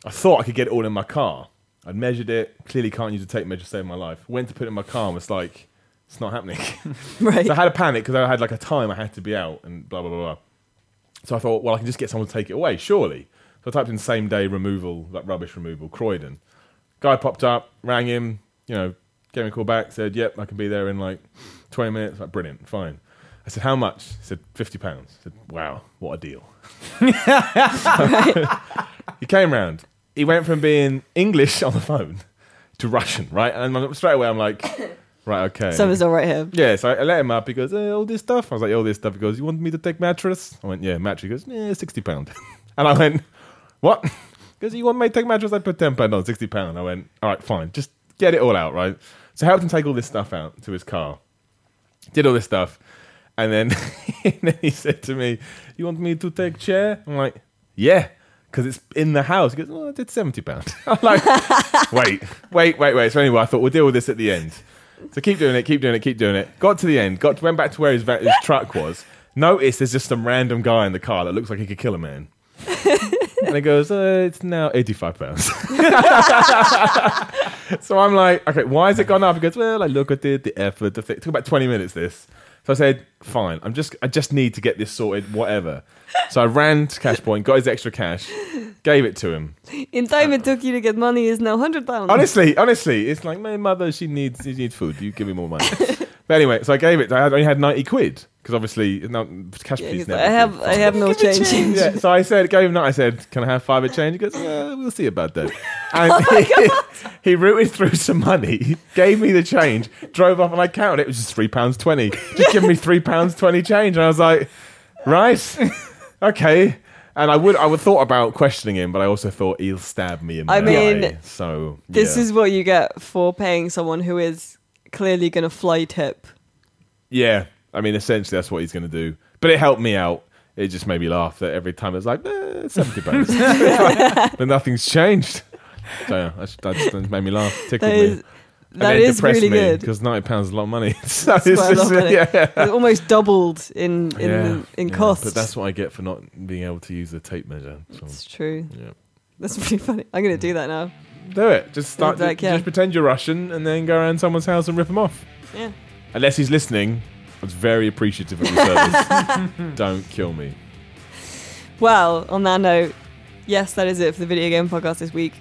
Speaker 3: I thought I could get it all in my car. I'd measured it. Clearly can't use a tape measure to save my life. Went to put it in my car and was like, it's not happening.
Speaker 1: Right.
Speaker 3: so I had a panic because I had like a time I had to be out and blah, blah, blah, blah. So I thought, well, I can just get someone to take it away, surely. So I typed in same day removal, like rubbish removal, Croydon. Guy popped up, rang him, you know, gave me a call back, said, Yep, I can be there in like 20 minutes. Like, brilliant, fine. I said, How much? He said, £50. I said, Wow, what a deal. He came round. He went from being English on the phone to Russian, right? And I'm- straight away, I'm like, Right, okay.
Speaker 1: Something's not right here.
Speaker 3: Yeah, so I I let him up. He goes, eh, all this stuff. I was like, all this stuff. He goes, you want me to take mattress? I went, yeah, mattress. He goes, yeah, sixty pound. And I went, what? He goes, you want me to take mattress? I put ten pound on sixty pound. I went, all right, fine, just get it all out, right? So I helped him take all this stuff out to his car. Did all this stuff, and then, and then he said to me, you want me to take chair? I'm like, yeah. Because it's in the house. He goes, well, I did £70. I'm like, wait, wait, wait, wait. So, anyway, I thought we'll deal with this at the end. So keep doing it, keep doing it, keep doing it. Got to the end, got went back to where his, va- his truck was. Noticed there's just some random guy in the car that looks like he could kill a man. and he goes, uh, it's now eighty-five pounds. so I'm like, okay, why has it gone up? He goes, well, I look at it, the effort, the thing. It took about twenty minutes. This, so I said, fine, I'm just, I just need to get this sorted, whatever. So I ran to cash point, got his extra cash, gave it to him.
Speaker 1: In time it took you to get money is now hundred pounds.
Speaker 3: Honestly, honestly, it's like my mother. She needs she needs food. You give me more money. but anyway, so I gave it. I had, only had ninety quid because obviously no, cash
Speaker 1: Yeah,
Speaker 3: yeah,
Speaker 1: he's
Speaker 3: never.
Speaker 1: like, I have I have no change.
Speaker 3: Yeah, so I said, gave him that. I said, "Can I have five a change?" He goes, uh, "We'll see about that."
Speaker 1: Oh
Speaker 3: And he, he rooted through some money, gave me the change, drove up, and I counted. It was just three pounds twenty. Just give me three pounds twenty change, and I was like, "Right, okay." And I would, I would thought about questioning him, but I also thought he'll stab me in my
Speaker 1: I mean,
Speaker 3: eye. So
Speaker 1: This
Speaker 3: yeah.
Speaker 1: is what you get for paying someone who is clearly going to fly tip.
Speaker 3: Yeah, I mean, essentially that's what he's going to do. But it helped me out. It just made me laugh that every time it was like eh, seventy pounds, but nothing's changed. So yeah, that's, that's, that made me laugh, tickled
Speaker 1: That
Speaker 3: me.
Speaker 1: is that is really good.
Speaker 3: because ninety pounds is a lot of money. so it's
Speaker 1: It's quite a lot
Speaker 3: just-
Speaker 1: of money.
Speaker 3: yeah.
Speaker 1: It almost doubled in in
Speaker 3: Yeah,
Speaker 1: in
Speaker 3: yeah,
Speaker 1: cost.
Speaker 3: But that's what I get for not being able to use the tape measure. So
Speaker 1: It's true.
Speaker 3: Yeah.
Speaker 1: That's pretty funny. I'm going to do that now.
Speaker 3: do it. Just start.
Speaker 1: Like, yeah.
Speaker 3: Just pretend you're Russian and then go around someone's house and rip them off.
Speaker 1: Yeah.
Speaker 3: Unless he's listening, I was very appreciative of your service. Don't kill me.
Speaker 1: Well, on that note, yes, that is it for the video game podcast this week.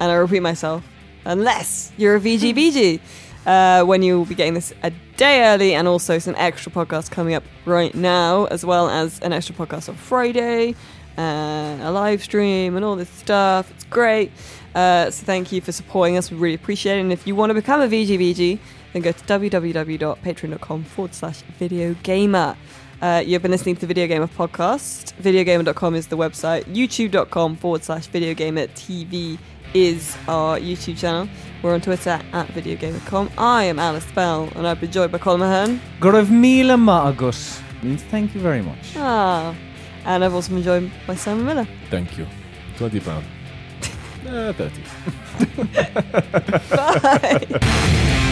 Speaker 1: And I repeat myself, unless you're a VGBG, uh, when you will be getting this a day early, and also some extra podcasts coming up right now, as well as an extra podcast on Friday, and a live stream, and all this stuff. It's great. Uh, so thank you for supporting us. We really appreciate it. And if you want to become a VGBG, then go to www.patreon.com forward slash video gamer. Uh, you've been listening to the Video Gamer podcast. Videogamer.com is the website. YouTube.com forward slash Video Gamer TV is our YouTube channel. We're on Twitter at VideoGamer.com. I am Alice Bell, and I've been joined by Colin Mahern.
Speaker 2: Grovmila Maagus means thank you very much.
Speaker 1: Ah, and I've also been joined by Simon Miller.
Speaker 3: Thank you. Twenty Eh, pound. uh, Thirty.
Speaker 1: Bye.